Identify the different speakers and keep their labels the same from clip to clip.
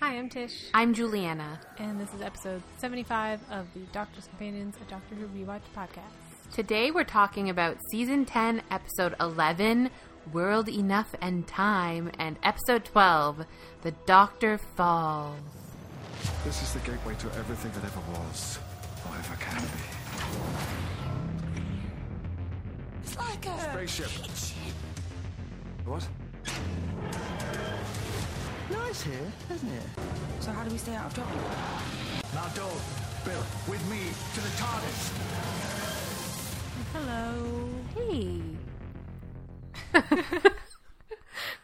Speaker 1: Hi, I'm Tish,
Speaker 2: I'm Juliana.
Speaker 1: and this is episode 75 of the Doctor's Companions, a Doctor Who Rewatch podcast.
Speaker 2: Today we're talking about season 10, episode 11, World Enough and Time, and episode 12, The Doctor Falls.
Speaker 3: This is the gateway to everything that ever was, or ever can be.
Speaker 4: It's like a
Speaker 3: Spaceship.
Speaker 4: Kitchen.
Speaker 3: What?
Speaker 5: Nice here, isn't it?
Speaker 4: So how do we stay out of trouble?
Speaker 3: Now don't. Bill, with me to the TARDIS.
Speaker 1: Hello.
Speaker 2: Hey.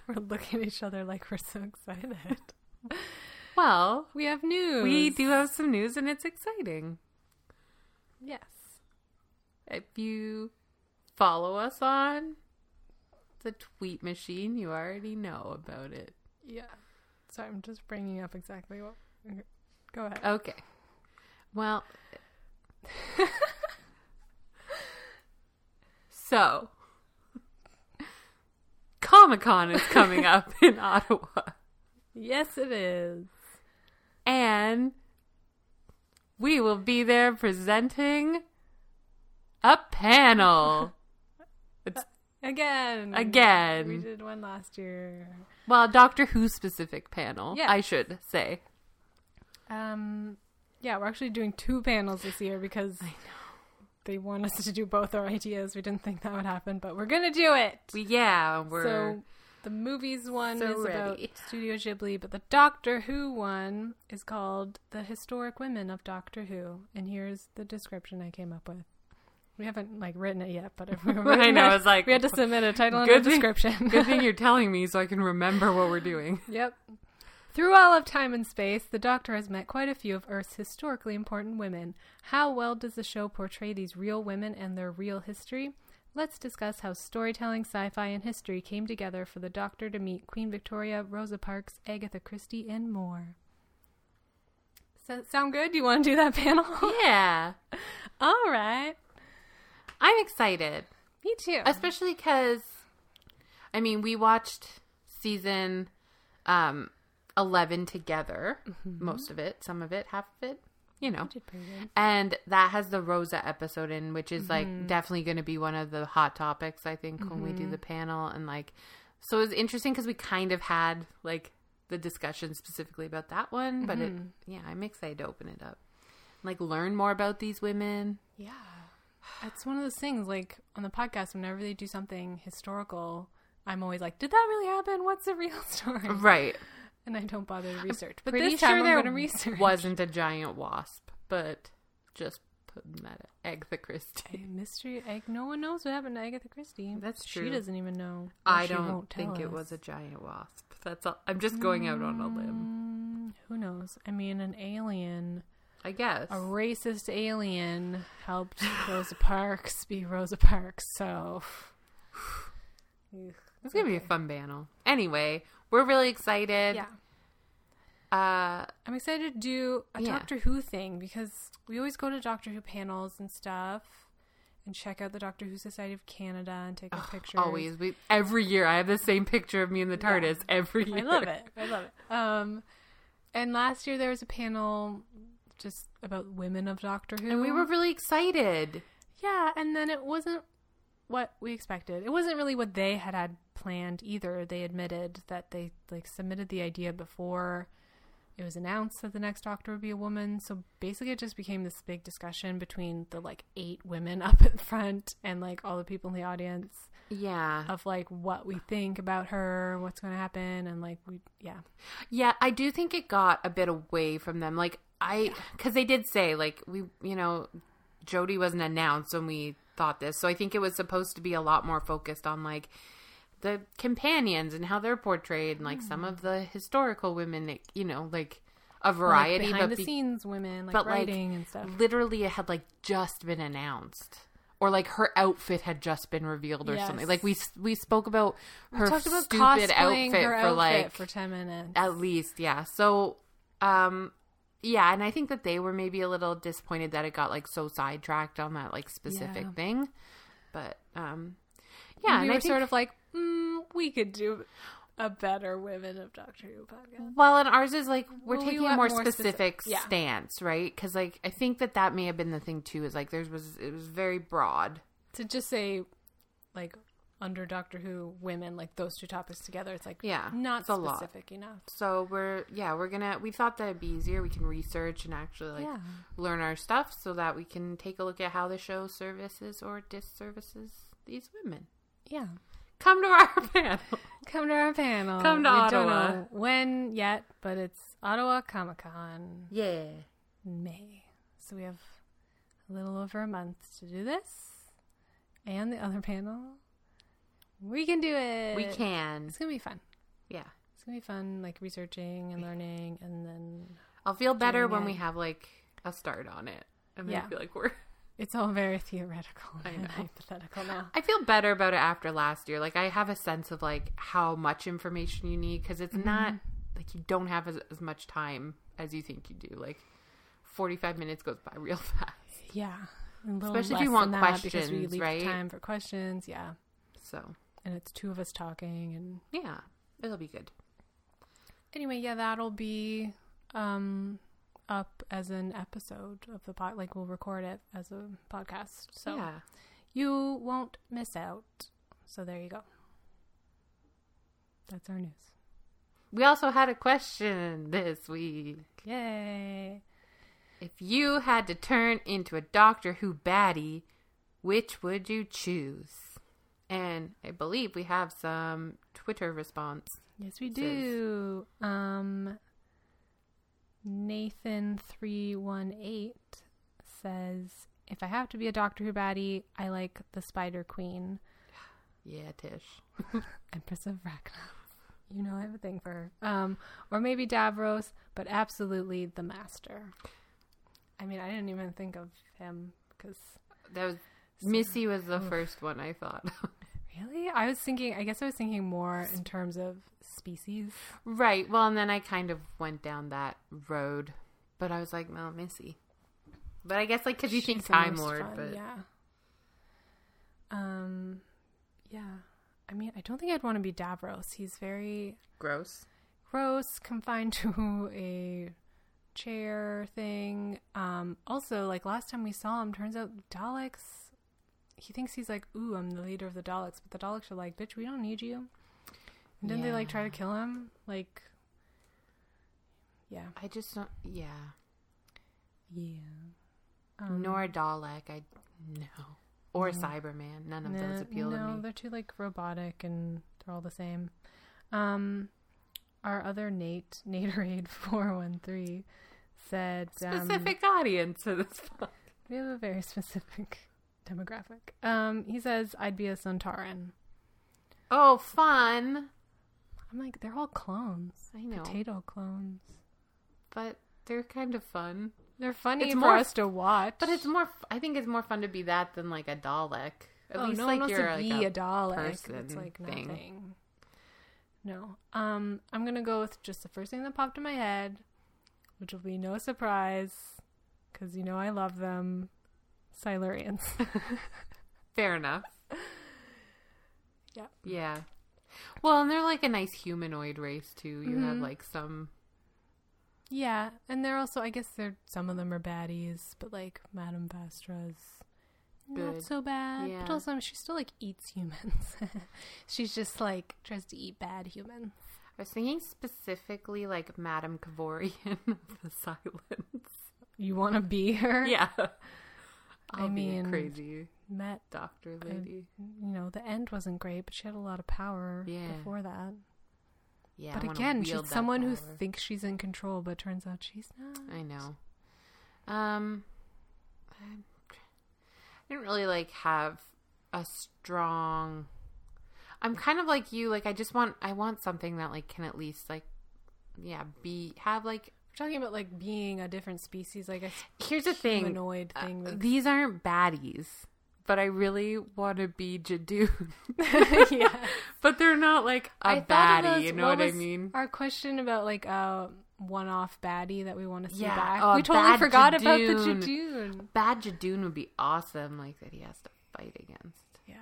Speaker 1: We're looking at each other like we're so excited.
Speaker 2: Well,
Speaker 1: We have news.
Speaker 2: we do have some news and it's exciting.
Speaker 1: Yes.
Speaker 2: If you follow us on the tweet machine, you already know about it.
Speaker 1: Yeah. So I'm just bringing up exactly what. Go ahead.
Speaker 2: Okay. Well, so Comic Con is coming up in Ottawa,
Speaker 1: Yes, it is.
Speaker 2: and we will be there presenting a panel
Speaker 1: Again. We
Speaker 2: again.
Speaker 1: did one last year.
Speaker 2: Well, Doctor Who specific panel,
Speaker 1: Yeah.
Speaker 2: I should say.
Speaker 1: Um, yeah, we're actually doing two panels this year because they want us to do both our ideas. We didn't think that would happen, but we're gonna do it.
Speaker 2: We, yeah, we're
Speaker 1: so the movies one
Speaker 2: so
Speaker 1: is
Speaker 2: ready.
Speaker 1: about Studio Ghibli, but the Doctor Who one is called "The Historic Women of Doctor Who," and here's the description I came up with. We haven't like written it yet, but if we were
Speaker 2: I know, I was like,
Speaker 1: we had to submit a title and
Speaker 2: good
Speaker 1: a
Speaker 2: thing-
Speaker 1: description.
Speaker 2: good thing you're telling me so I can remember what we're doing.
Speaker 1: Yep. Through all of time and space, the Doctor has met quite a few of Earth's historically important women. How well does the show portray these real women and their real history? Let's discuss how storytelling, sci fi, and history came together for the Doctor to meet Queen Victoria, Rosa Parks, Agatha Christie, and more. So, sound good? You want to do that panel?
Speaker 2: Yeah,
Speaker 1: all right.
Speaker 2: I'm excited.
Speaker 1: Me too.
Speaker 2: especially because i mean we watched season um 11 together most of it some of it half of it you know and that has the rosa episode in which is like definitely going to be one of the hot topics i think when we do the panel and like so it was interesting because we kind of had like the discussion specifically about that one but it, yeah i'm excited to open it up like learn more about these women
Speaker 1: Yeah. It's one of those things like on the podcast whenever they do something historical, I'm always like, did that really happen? What's the real story?
Speaker 2: right
Speaker 1: And I don't bother to research. But
Speaker 2: Pretty
Speaker 1: this time
Speaker 2: sure
Speaker 1: I'm
Speaker 2: there
Speaker 1: going to research.
Speaker 2: wasn't a giant wasp, but just putting that egg the
Speaker 1: A
Speaker 2: Christie.
Speaker 1: mystery egg. No one knows what happened to Agatha Christie.
Speaker 2: That's
Speaker 1: She
Speaker 2: true.
Speaker 1: doesn't even know. or
Speaker 2: I
Speaker 1: she
Speaker 2: don't
Speaker 1: won't tell
Speaker 2: think it
Speaker 1: us.
Speaker 2: was a giant wasp. That's all. I'm just going out on a limb.
Speaker 1: Mm, Who knows? I mean, an alien,
Speaker 2: I guess.
Speaker 1: a racist alien, helped Rosa Parks be Rosa Parks. So
Speaker 2: It's gonna be a fun panel. Anyway, we're really excited.
Speaker 1: yeah.
Speaker 2: Uh,
Speaker 1: I'm excited to do a
Speaker 2: Yeah.
Speaker 1: Doctor Who thing because we always go to Doctor Who panels and stuff and check out the Doctor Who Society of Canada and take our pictures.
Speaker 2: always. We every year I have the same picture of me in the TARDIS. Every year.
Speaker 1: I love it. I love it. Um, and last year there was a panel just about women of Doctor Who.
Speaker 2: And we were really excited.
Speaker 1: Yeah, and then it wasn't what we expected. It wasn't really what they had had planned either. They admitted that they like submitted the idea before it was announced that the next doctor would be a woman. So basically it just became this big discussion between the like eight women up in front and like all the people in the audience
Speaker 2: Yeah.
Speaker 1: of like what we think about her, what's going to happen and like we yeah.
Speaker 2: Yeah, I do think it got a bit away from them. Like I, because they did say like we, you know, Jody wasn't announced when we thought this, so I think it was supposed to be a lot more focused on like the companions and how they're portrayed, and like some of the historical women, you know, like a variety,
Speaker 1: Hmm. like behind
Speaker 2: but
Speaker 1: the
Speaker 2: be-
Speaker 1: scenes women like
Speaker 2: but like
Speaker 1: writing and stuff.
Speaker 2: literally, it had like just been announced. Or like her outfit had just been revealed, or something.
Speaker 1: Yes.
Speaker 2: Like we s- we spoke about her
Speaker 1: Talked about
Speaker 2: stupid
Speaker 1: cosplaying
Speaker 2: outfit
Speaker 1: her
Speaker 2: for like
Speaker 1: for 10 minutes.
Speaker 2: at least yeah so um yeah and i think that they were maybe a little disappointed that it got like so sidetracked on that like specific
Speaker 1: Yeah.
Speaker 2: thing but um yeah
Speaker 1: we
Speaker 2: and
Speaker 1: were
Speaker 2: i think,
Speaker 1: sort of like, mm, we could do a better Women of Doctor Who podcast.
Speaker 2: Well, and ours is like we're
Speaker 1: Well, we
Speaker 2: taking
Speaker 1: want
Speaker 2: a more,
Speaker 1: more specific-
Speaker 2: specific,
Speaker 1: yeah.
Speaker 2: stance, right? Because like I think that that may have been the thing too. Is like there's was it was very broad.
Speaker 1: To just say, like, under Doctor Who, women, like those two topics together, it's like
Speaker 2: Yeah,
Speaker 1: not
Speaker 2: it's a lot.
Speaker 1: specific enough.
Speaker 2: So we're yeah we're gonna we thought that'd be easier. We can research and actually like
Speaker 1: Yeah.
Speaker 2: learn our stuff so that we can take a look at how the show services or disservices these women.
Speaker 1: Yeah.
Speaker 2: Come to our panel.
Speaker 1: Come to our panel.
Speaker 2: Come to
Speaker 1: we
Speaker 2: Ottawa.
Speaker 1: Don't know when yet, but it's Ottawa Comic Con
Speaker 2: Yeah.
Speaker 1: in May. So we have a little over a month to do this. And the other panel. We can do it.
Speaker 2: We can.
Speaker 1: It's going to be fun.
Speaker 2: Yeah.
Speaker 1: It's going to be fun, like researching and learning and then
Speaker 2: I'll feel better
Speaker 1: Doing
Speaker 2: when
Speaker 1: it.
Speaker 2: we have like a start on it. I mean, I
Speaker 1: Yeah.
Speaker 2: feel like we're.
Speaker 1: It's all very theoretical
Speaker 2: I
Speaker 1: and
Speaker 2: know.
Speaker 1: hypothetical now.
Speaker 2: I feel better about it after last year. Like I have a sense of like how much information you need because it's not like you don't have as, as much time as you think you do. Like forty five minutes goes by real fast.
Speaker 1: Yeah. A little
Speaker 2: Especially if you
Speaker 1: less than
Speaker 2: want
Speaker 1: that because we
Speaker 2: questions,
Speaker 1: leave
Speaker 2: right?
Speaker 1: time for questions. Yeah.
Speaker 2: So
Speaker 1: And it's two of us talking and
Speaker 2: yeah, it'll be good.
Speaker 1: anyway, yeah, that'll be um up as an episode of the pod like we'll record it as a podcast. So
Speaker 2: yeah,
Speaker 1: you won't miss out. So there you go. That's our news.
Speaker 2: we also had a question this week.
Speaker 1: Yay.
Speaker 2: If you had to turn into a Doctor Who baddie, which would you choose? And I believe we have some Twitter response.
Speaker 1: Yes, we do. Um, Nathan three one eight says, "If I have to be a Doctor Who baddie, I like the Spider Queen,
Speaker 2: Yeah, Tish.
Speaker 1: Empress of Ragna. You know, I have a thing for her. Um, or maybe Davros, but absolutely the Master. I mean, I didn't even think of him because
Speaker 2: That was Missy was the first one I thought.
Speaker 1: really, I was thinking. I guess I was thinking more in terms of species.
Speaker 2: right. Well, and then I kind of went down that road, but I was like, no, Missy. But I guess like because you think
Speaker 1: She's the most
Speaker 2: Time Lord,
Speaker 1: fun,
Speaker 2: but
Speaker 1: yeah. Um, yeah. I mean, I don't think I'd want to be Davros. He's very
Speaker 2: gross.
Speaker 1: gross, confined to a chair thing. Um, also, like last time we saw him, turns out Daleks. He thinks he's like, ooh, I'm the leader of the Daleks, but the Daleks are like, bitch, we don't need you. And then they like try to kill him. Like, yeah,
Speaker 2: I just don't. Yeah,
Speaker 1: yeah. Um,
Speaker 2: nor a Dalek. I no, or a Cyberman. None of those
Speaker 1: Nah,
Speaker 2: appeal
Speaker 1: no,
Speaker 2: to me.
Speaker 1: they're too like robotic and they're all the same. Um, our other Nate, Naderade four one three, said um,
Speaker 2: Specific audience for this. pod-
Speaker 1: We have a very specific demographic. Um, he says I'd be a Centauran.
Speaker 2: Oh, fun!
Speaker 1: I'm like they're all clones,
Speaker 2: I know,
Speaker 1: potato clones.
Speaker 2: but they're kind of fun.
Speaker 1: They're funny
Speaker 2: It's
Speaker 1: for
Speaker 2: more-
Speaker 1: us to watch,
Speaker 2: But it's more. f- I think it's more fun to be that than like a Dalek. At
Speaker 1: oh,
Speaker 2: least
Speaker 1: no
Speaker 2: like
Speaker 1: one wants
Speaker 2: you're
Speaker 1: to
Speaker 2: like,
Speaker 1: be a, Dalek.
Speaker 2: person
Speaker 1: it's like
Speaker 2: thing.
Speaker 1: nothing. No. Um, I'm gonna go with just the first thing that popped in my head, which will be no surprise, because you know I love them, Silurians.
Speaker 2: Fair enough.
Speaker 1: Yeah.
Speaker 2: Yeah. Well, and they're like a nice humanoid race too. You have
Speaker 1: Mhm.
Speaker 2: like some.
Speaker 1: yeah, and they're also I guess they're some of them are baddies, but like Madame Vastra's
Speaker 2: Good.
Speaker 1: not so bad.
Speaker 2: Yeah.
Speaker 1: But also I mean, she still like eats humans. She's just like tries to eat bad humans.
Speaker 2: I was thinking specifically like Madame Kavorian of the Silence.
Speaker 1: You want to be her?
Speaker 2: Yeah.
Speaker 1: I
Speaker 2: I'll be a
Speaker 1: mean-
Speaker 2: crazy
Speaker 1: Met
Speaker 2: doctor lady.
Speaker 1: you know, the end wasn't great, but she had a lot of power
Speaker 2: Yeah.
Speaker 1: before that.
Speaker 2: yeah. I
Speaker 1: but
Speaker 2: wanna
Speaker 1: again,
Speaker 2: wield
Speaker 1: she's
Speaker 2: that
Speaker 1: someone who
Speaker 2: power.
Speaker 1: thinks she's in control, but turns out she's not.
Speaker 2: I know. Um, I'm tr- I didn't really like have a strong. I'm kind of like you. Like I just want. I want something that like can at least like, yeah, be have like.
Speaker 1: We're talking about like being a different species, like a
Speaker 2: Here's the thing.
Speaker 1: humanoid
Speaker 2: Uh,
Speaker 1: thing. with-
Speaker 2: these aren't baddies, but I really want to be Jadoon.
Speaker 1: yeah,
Speaker 2: but they're not like a
Speaker 1: I thought of
Speaker 2: baddie.
Speaker 1: those-
Speaker 2: you know what, I
Speaker 1: was
Speaker 2: mean?
Speaker 1: Our question about like a one-off baddie that we want to see
Speaker 2: Yeah,
Speaker 1: back.
Speaker 2: oh,
Speaker 1: we totally
Speaker 2: bad
Speaker 1: forgot about the
Speaker 2: Jadoon.
Speaker 1: Jadoon.
Speaker 2: Bad Jadoon would be awesome. Like that he has to fight against.
Speaker 1: Yeah,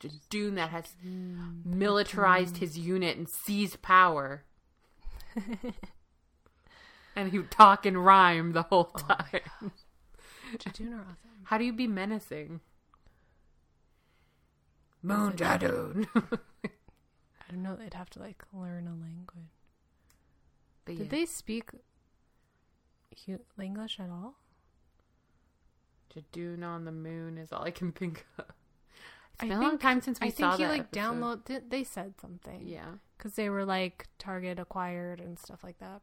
Speaker 2: just Dune that has
Speaker 1: Mm,
Speaker 2: militarized his unit and seized power. and he would talk and rhyme the whole
Speaker 1: Oh
Speaker 2: time.
Speaker 1: Jadun are awesome.
Speaker 2: How do you be menacing? Moon Jadoon.
Speaker 1: I don't know. I'd have to like learn a language.
Speaker 2: But
Speaker 1: Did they speak hu- English at all?
Speaker 2: Jadoon on the moon is all I can think of. It's
Speaker 1: I
Speaker 2: been a long
Speaker 1: think-
Speaker 2: time since we
Speaker 1: I
Speaker 2: saw
Speaker 1: think he
Speaker 2: that
Speaker 1: like
Speaker 2: episode.
Speaker 1: download. Did, they said something.
Speaker 2: Yeah.
Speaker 1: because they were like Target acquired and stuff like that.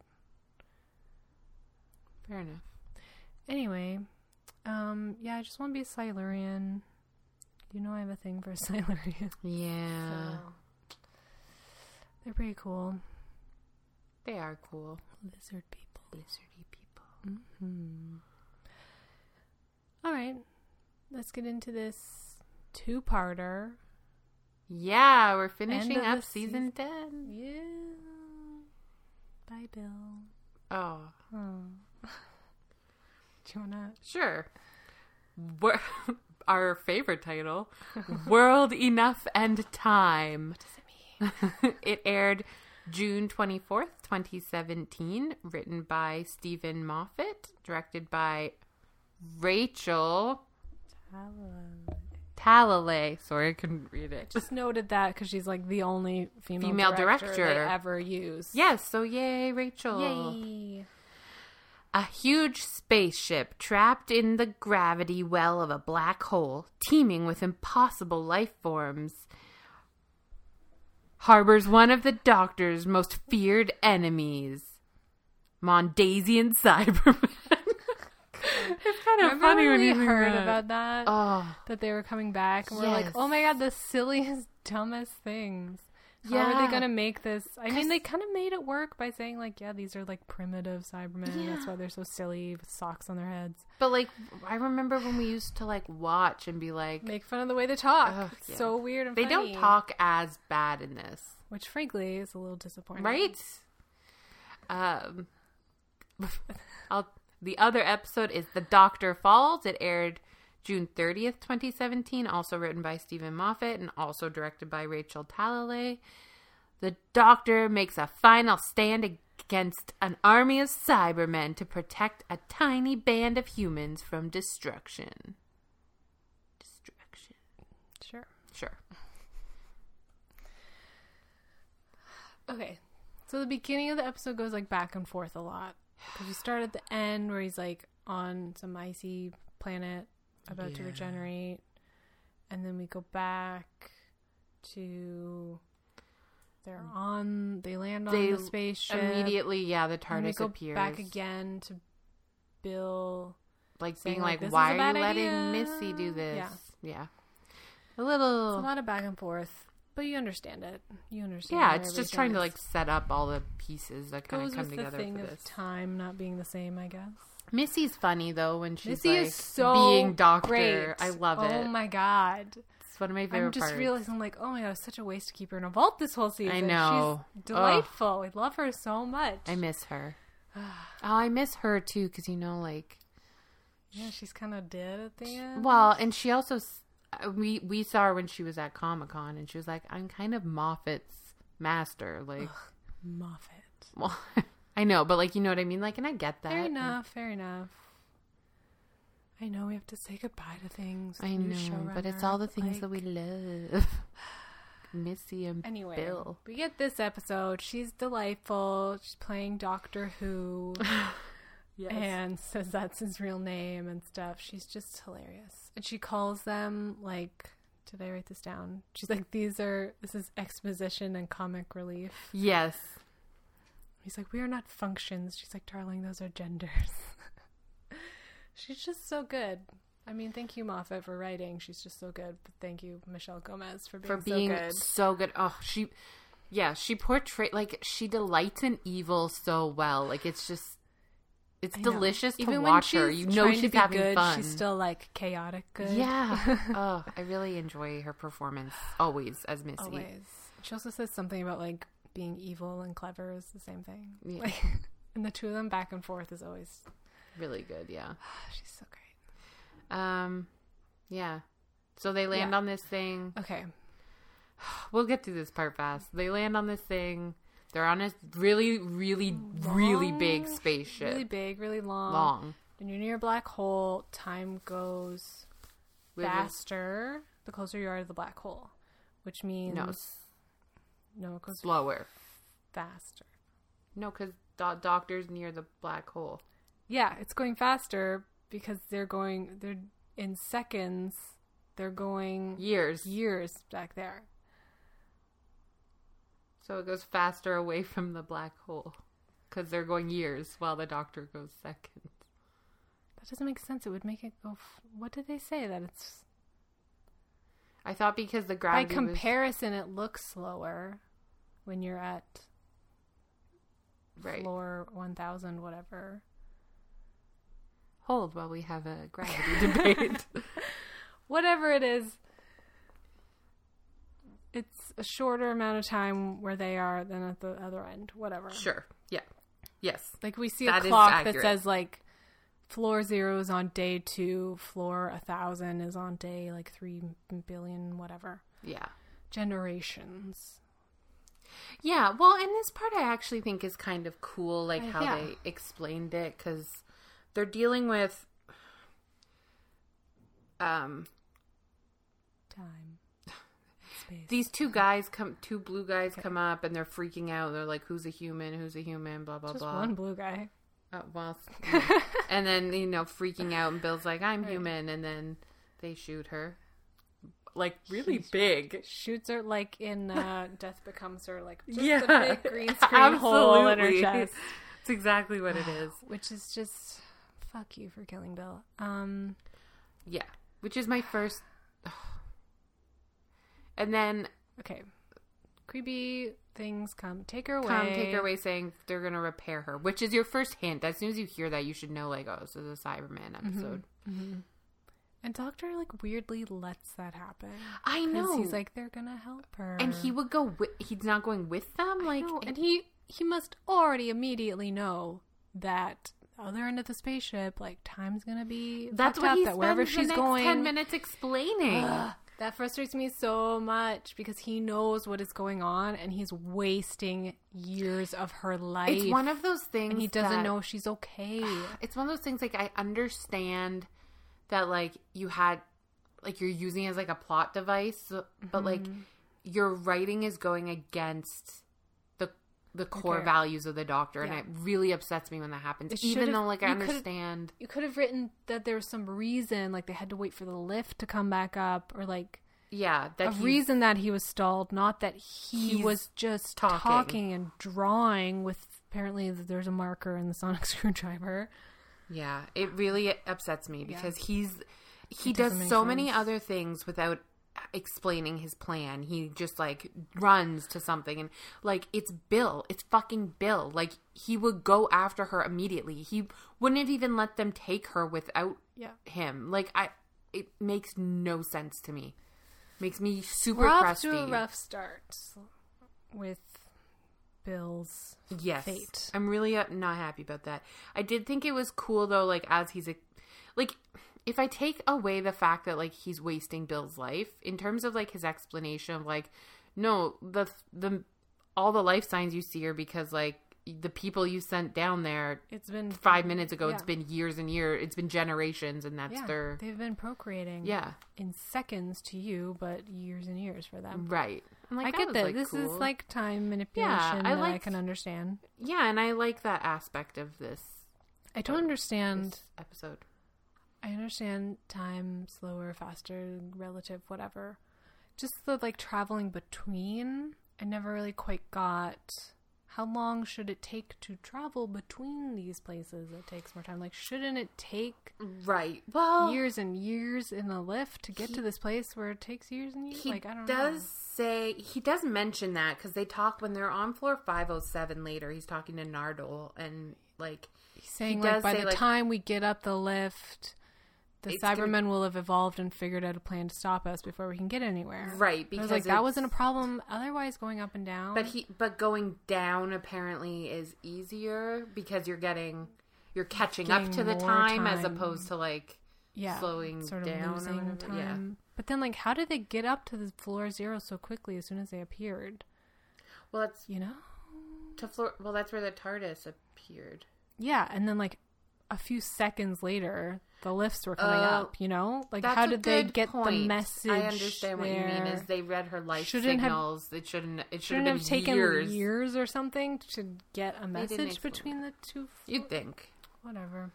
Speaker 2: Fair enough.
Speaker 1: Anyway, um, yeah, I just want to be a Silurian. You know, I have a thing for Silurian.
Speaker 2: Yeah.
Speaker 1: They're pretty cool
Speaker 2: They are cool.
Speaker 1: lizard people.
Speaker 2: Lizardy people.
Speaker 1: Hmm. All right, let's get into this two-parter.
Speaker 2: Yeah, we're finishing
Speaker 1: of
Speaker 2: up
Speaker 1: the
Speaker 2: season 10.
Speaker 1: Yeah. Bye, Bill.
Speaker 2: Oh,
Speaker 1: Oh. Do you wanna?
Speaker 2: sure. Wor- Our favorite title World Enough and Time. What does it mean? it aired June 24th, 2017, written by Stephen Moffat, directed by Rachel Talalay. Sorry, I couldn't read it.
Speaker 1: Just noted that because she's like the only female
Speaker 2: Female
Speaker 1: they
Speaker 2: director.
Speaker 1: ever use.
Speaker 2: Yes, so yay, Rachel.
Speaker 1: Yay.
Speaker 2: A huge spaceship trapped in the gravity well of a black hole, teeming with impossible life forms, harbors one of the Doctor's most feared enemies, Mondasian Cyberman. it's kind of
Speaker 1: Remember
Speaker 2: funny
Speaker 1: when
Speaker 2: when
Speaker 1: we
Speaker 2: you think
Speaker 1: heard
Speaker 2: that.
Speaker 1: about that?
Speaker 2: Oh,
Speaker 1: that they were coming back, and we're like,
Speaker 2: Yes.
Speaker 1: oh my god, the silliest, dumbest things. How are
Speaker 2: Yeah.
Speaker 1: they gonna make this? I mean, they kind of made it work by saying like, yeah, these are like primitive Cybermen. That's
Speaker 2: Yeah.
Speaker 1: why they're so silly with socks on their heads.
Speaker 2: but like I remember when we used to like watch and be like,
Speaker 1: Make fun of the way they talk.
Speaker 2: Ugh,
Speaker 1: It's
Speaker 2: yeah.
Speaker 1: So weird and
Speaker 2: they
Speaker 1: funny.
Speaker 2: don't talk as bad in this.
Speaker 1: which frankly is a little disappointing.
Speaker 2: right um I'll, the other episode is the doctor falls it aired june 30th 2017 also written by stephen moffat and also directed by rachel talalay the doctor makes a final stand against an army of cybermen to protect a tiny band of humans from destruction destruction
Speaker 1: Sure.
Speaker 2: sure
Speaker 1: Okay. So the beginning of the episode goes like back and forth a lot because you start at the end where he's like on some icy planet about to
Speaker 2: Yeah.
Speaker 1: regenerate, and then we go back to they're on they land on
Speaker 2: Mm. They
Speaker 1: the spaceship
Speaker 2: immediately yeah the
Speaker 1: and we
Speaker 2: tardis
Speaker 1: go
Speaker 2: appears
Speaker 1: back again to Bill.
Speaker 2: like
Speaker 1: saying,
Speaker 2: being
Speaker 1: like,
Speaker 2: like,
Speaker 1: "This is a
Speaker 2: why are
Speaker 1: bad
Speaker 2: you letting
Speaker 1: idea."
Speaker 2: Missy do this?
Speaker 1: Yeah.
Speaker 2: Yeah. A
Speaker 1: It's a
Speaker 2: little.
Speaker 1: lot of back and forth, but you understand it. You understand.
Speaker 2: Yeah,
Speaker 1: where
Speaker 2: it's just
Speaker 1: everything
Speaker 2: trying to
Speaker 1: is.
Speaker 2: like set up all the pieces that kind
Speaker 1: goes
Speaker 2: of come
Speaker 1: with the
Speaker 2: together
Speaker 1: thing
Speaker 2: for
Speaker 1: of
Speaker 2: this.
Speaker 1: time not being the same, I guess.
Speaker 2: Missy's funny though when she's
Speaker 1: Missy
Speaker 2: like
Speaker 1: is so
Speaker 2: being doctor.
Speaker 1: Great.
Speaker 2: I love
Speaker 1: oh
Speaker 2: it.
Speaker 1: Oh my god!
Speaker 2: it's one of my favorite
Speaker 1: I'm just
Speaker 2: parts.
Speaker 1: realizing, like, oh my god, it's such a waste to keep her in a vault this whole season.
Speaker 2: know.
Speaker 1: she's delightful. I love her so much.
Speaker 2: I miss her. Oh, I miss her too because you know like
Speaker 1: yeah, she's kind of dead at the end.
Speaker 2: well, and she also s- uh, we we saw her when she was at Comic Con and she was like I'm kind of Moffat's master like.
Speaker 1: Moffat.
Speaker 2: Well, I know, but like you know what I mean. Like, and I get that.
Speaker 1: Fair enough. Fair enough. I know we have to say goodbye to things.
Speaker 2: I
Speaker 1: new
Speaker 2: know, but it's all the
Speaker 1: showrunner,
Speaker 2: things that
Speaker 1: like-
Speaker 2: we love. Missy and
Speaker 1: Anyway,
Speaker 2: Bill.
Speaker 1: we get this episode. She's delightful. She's playing Doctor Who. and says that's his real name and stuff. She's just hilarious. And she calls them like, did I write this down? She's like, these are this is exposition and comic relief.
Speaker 2: Yes.
Speaker 1: He's like, we are not functions. She's like, darling, those are genders. She's just so good. I mean, thank you Moffat for writing. She's just so good. But thank you Michelle Gomez for being,
Speaker 2: For being
Speaker 1: so good.
Speaker 2: so good. Oh, she. Yeah, she portrayed like she delights in evil so well. Like it's just, it's
Speaker 1: I know.
Speaker 2: delicious to
Speaker 1: Even when
Speaker 2: watch her.
Speaker 1: she's
Speaker 2: You know
Speaker 1: trying to
Speaker 2: she's
Speaker 1: be
Speaker 2: having
Speaker 1: good,
Speaker 2: fun.
Speaker 1: She's still like chaotic good.
Speaker 2: yeah. oh, I really enjoy her performance always as Missy.
Speaker 1: Always. She also says something about like being evil and clever is the same thing.
Speaker 2: Yeah.
Speaker 1: Like, and the two of them back and forth is always. oh,
Speaker 2: Really good. Yeah.
Speaker 1: She's so great.
Speaker 2: Um. Yeah. So they land
Speaker 1: Yeah.
Speaker 2: on this thing.
Speaker 1: Okay,
Speaker 2: We'll get through this part fast. They land on this thing. They're on a really, really, really big spaceship.
Speaker 1: Really big, really long.
Speaker 2: Long.
Speaker 1: When you're near a black hole, time goes
Speaker 2: With a-
Speaker 1: faster the closer you are to the black hole, which means
Speaker 2: No,
Speaker 1: no,
Speaker 2: s-
Speaker 1: it goes
Speaker 2: slower.
Speaker 1: faster.
Speaker 2: No, because do- doctor's near the black hole.
Speaker 1: Yeah, it's going faster because they're going they're in seconds. They're going
Speaker 2: Years.
Speaker 1: years back there.
Speaker 2: So it goes faster away from the black hole because they're going years while the doctor goes seconds.
Speaker 1: That doesn't make sense. It would make it go. F- what did they say that it's
Speaker 2: I thought because the
Speaker 1: by
Speaker 2: gravity was-
Speaker 1: comparison it looks slower when you're at
Speaker 2: right.
Speaker 1: floor one thousand whatever.
Speaker 2: Hold while we have a gravity debate.
Speaker 1: whatever it is it's a shorter amount of time where they are than at the other end whatever
Speaker 2: sure. Yeah. Yes.
Speaker 1: like we see
Speaker 2: That
Speaker 1: a
Speaker 2: is
Speaker 1: clock that
Speaker 2: accurate.
Speaker 1: says like floor zero is on day two floor a thousand is on day like three billion whatever
Speaker 2: Yeah.
Speaker 1: generations
Speaker 2: Yeah, well, and this part I actually think is kind of cool, like
Speaker 1: Uh,
Speaker 2: how
Speaker 1: yeah.
Speaker 2: they explained it, because they're dealing with, um,
Speaker 1: time space
Speaker 2: these two guys come, two blue guys come up, and they're freaking out. They're like, "Who's a human? Who's a human?" Blah blah
Speaker 1: just
Speaker 2: blah.
Speaker 1: one blue guy
Speaker 2: Uh, well, s- and then you know, freaking out, and Bill's like, "I'm human," and then they shoot her, like really big.
Speaker 1: shoots her like in uh, death becomes her like just
Speaker 2: Yeah,
Speaker 1: a big green screen hole in her
Speaker 2: absolutely.
Speaker 1: chest
Speaker 2: It's exactly what it is.
Speaker 1: which is just fuck you for killing Bill. Um,
Speaker 2: Yeah, which is my first. And then
Speaker 1: okay, creepy things come take her away.
Speaker 2: Tom take her away saying they're gonna repair her, which is your first hint. As soon as you hear that, you should know like, oh, this is a Cyberman
Speaker 1: Mm-hmm.
Speaker 2: episode.
Speaker 1: And Doctor like weirdly lets that happen.
Speaker 2: I
Speaker 1: 'Cause
Speaker 2: know.
Speaker 1: he's like they're gonna help her,
Speaker 2: and he would go. With, he's not going with them.
Speaker 1: I
Speaker 2: Like,
Speaker 1: know, and he he must already immediately know that the other end of the spaceship, like time's gonna be
Speaker 2: that's
Speaker 1: fucked
Speaker 2: what
Speaker 1: up,
Speaker 2: he
Speaker 1: that
Speaker 2: spends
Speaker 1: wherever
Speaker 2: the
Speaker 1: she's
Speaker 2: next
Speaker 1: going.
Speaker 2: ten minutes explaining.
Speaker 1: Ugh, that frustrates me so much because he knows what is going on and he's wasting years of her life.
Speaker 2: it's one of those things,
Speaker 1: and he doesn't
Speaker 2: that-
Speaker 1: know if she's okay.
Speaker 2: It's one of those things. Like, I understand that, like, you had, like, you're using it as like a plot device, so-
Speaker 1: Mm-hmm.
Speaker 2: but like, your writing is going against the the core
Speaker 1: Okay.
Speaker 2: values of the doctor, and
Speaker 1: Yeah.
Speaker 2: it really upsets me when that happens.
Speaker 1: It
Speaker 2: Even
Speaker 1: should've-
Speaker 2: though, like, I
Speaker 1: you could've-
Speaker 2: understand.
Speaker 1: you could have written that there was some reason, like they had to wait for the lift to come back up, or like
Speaker 2: Yeah, that
Speaker 1: a
Speaker 2: he's-
Speaker 1: reason that he was stalled, not that he
Speaker 2: He's
Speaker 1: was just
Speaker 2: talking.
Speaker 1: talking. and drawing with apparently that there's a marker in the sonic screwdriver.
Speaker 2: Yeah, it really upsets me because he's he
Speaker 1: It
Speaker 2: does
Speaker 1: doesn't make
Speaker 2: so many
Speaker 1: sense.
Speaker 2: other things without explaining his plan. He just like runs to something and like it's Bill. It's fucking Bill. Like he would go after her immediately. He wouldn't have even let them take her without
Speaker 1: Yeah.
Speaker 2: him. Like I it makes no sense to me. Makes me super
Speaker 1: We're off
Speaker 2: crusty.
Speaker 1: to a rough start with Bill's
Speaker 2: yes
Speaker 1: fate.
Speaker 2: i'm really uh, not happy about that i did think it was cool though like as he's a like if i take away the fact that like he's wasting bill's life in terms of like his explanation of like no the the all the life signs you see are because like the people you sent down there
Speaker 1: It's been
Speaker 2: five minutes ago it's
Speaker 1: yeah.
Speaker 2: been years and years it's been generations and that's
Speaker 1: yeah,
Speaker 2: their
Speaker 1: they've been procreating
Speaker 2: yeah
Speaker 1: in seconds to you, but years and years for them.
Speaker 2: right I'm
Speaker 1: I
Speaker 2: Mm. like,
Speaker 1: get
Speaker 2: was,
Speaker 1: that. this is
Speaker 2: cool.
Speaker 1: like time manipulation
Speaker 2: I
Speaker 1: that I
Speaker 2: liked-
Speaker 1: can understand.
Speaker 2: yeah and i like that aspect of this
Speaker 1: I don't understand.
Speaker 2: episode
Speaker 1: I understand time slower, faster, relative, whatever. Just the like traveling between. I never really quite got how long should it take to travel between these places that takes more time. Like, shouldn't it take
Speaker 2: right well
Speaker 1: years and years in a lift to get to this place where it takes years and years?
Speaker 2: he
Speaker 1: like, I don't
Speaker 2: does
Speaker 1: know.
Speaker 2: say he does mention that because they talk when they're on floor 507 later he's talking to nardole and like
Speaker 1: He's saying
Speaker 2: he
Speaker 1: like
Speaker 2: does
Speaker 1: by
Speaker 2: say,
Speaker 1: the
Speaker 2: like-
Speaker 1: time we get up the lift, the
Speaker 2: It's gonna-
Speaker 1: Cybermen will have evolved and figured out a plan to stop us before we can get anywhere.
Speaker 2: Right,
Speaker 1: I
Speaker 2: because
Speaker 1: was like that
Speaker 2: it's-
Speaker 1: wasn't a problem. Otherwise, going up and down.
Speaker 2: but he but going down apparently is easier because you're getting you're catching up
Speaker 1: Getting
Speaker 2: to the
Speaker 1: more
Speaker 2: time, as
Speaker 1: time.
Speaker 2: opposed to like
Speaker 1: yeah,
Speaker 2: slowing
Speaker 1: sort of
Speaker 2: down or
Speaker 1: losing
Speaker 2: whatever, yeah.
Speaker 1: time. But then, like, how did they get up to the floor zero so quickly as soon as they appeared?
Speaker 2: Well, that's
Speaker 1: You know?
Speaker 2: to floor. Well, that's where the TARDIS appeared.
Speaker 1: Yeah, and then like a few seconds later, the lifts were coming
Speaker 2: Oh,
Speaker 1: up. You know, like
Speaker 2: That's
Speaker 1: how
Speaker 2: a
Speaker 1: did they
Speaker 2: good
Speaker 1: get
Speaker 2: point.
Speaker 1: the message?
Speaker 2: I understand what you mean.
Speaker 1: there?
Speaker 2: Is they read her life
Speaker 1: Shouldn't have-
Speaker 2: signals? it shouldn't. It should have
Speaker 1: shouldn't
Speaker 2: been
Speaker 1: have taken
Speaker 2: years.
Speaker 1: years. or something to get a
Speaker 2: didn't
Speaker 1: message
Speaker 2: explain
Speaker 1: between the two.
Speaker 2: You'd think.
Speaker 1: Whatever.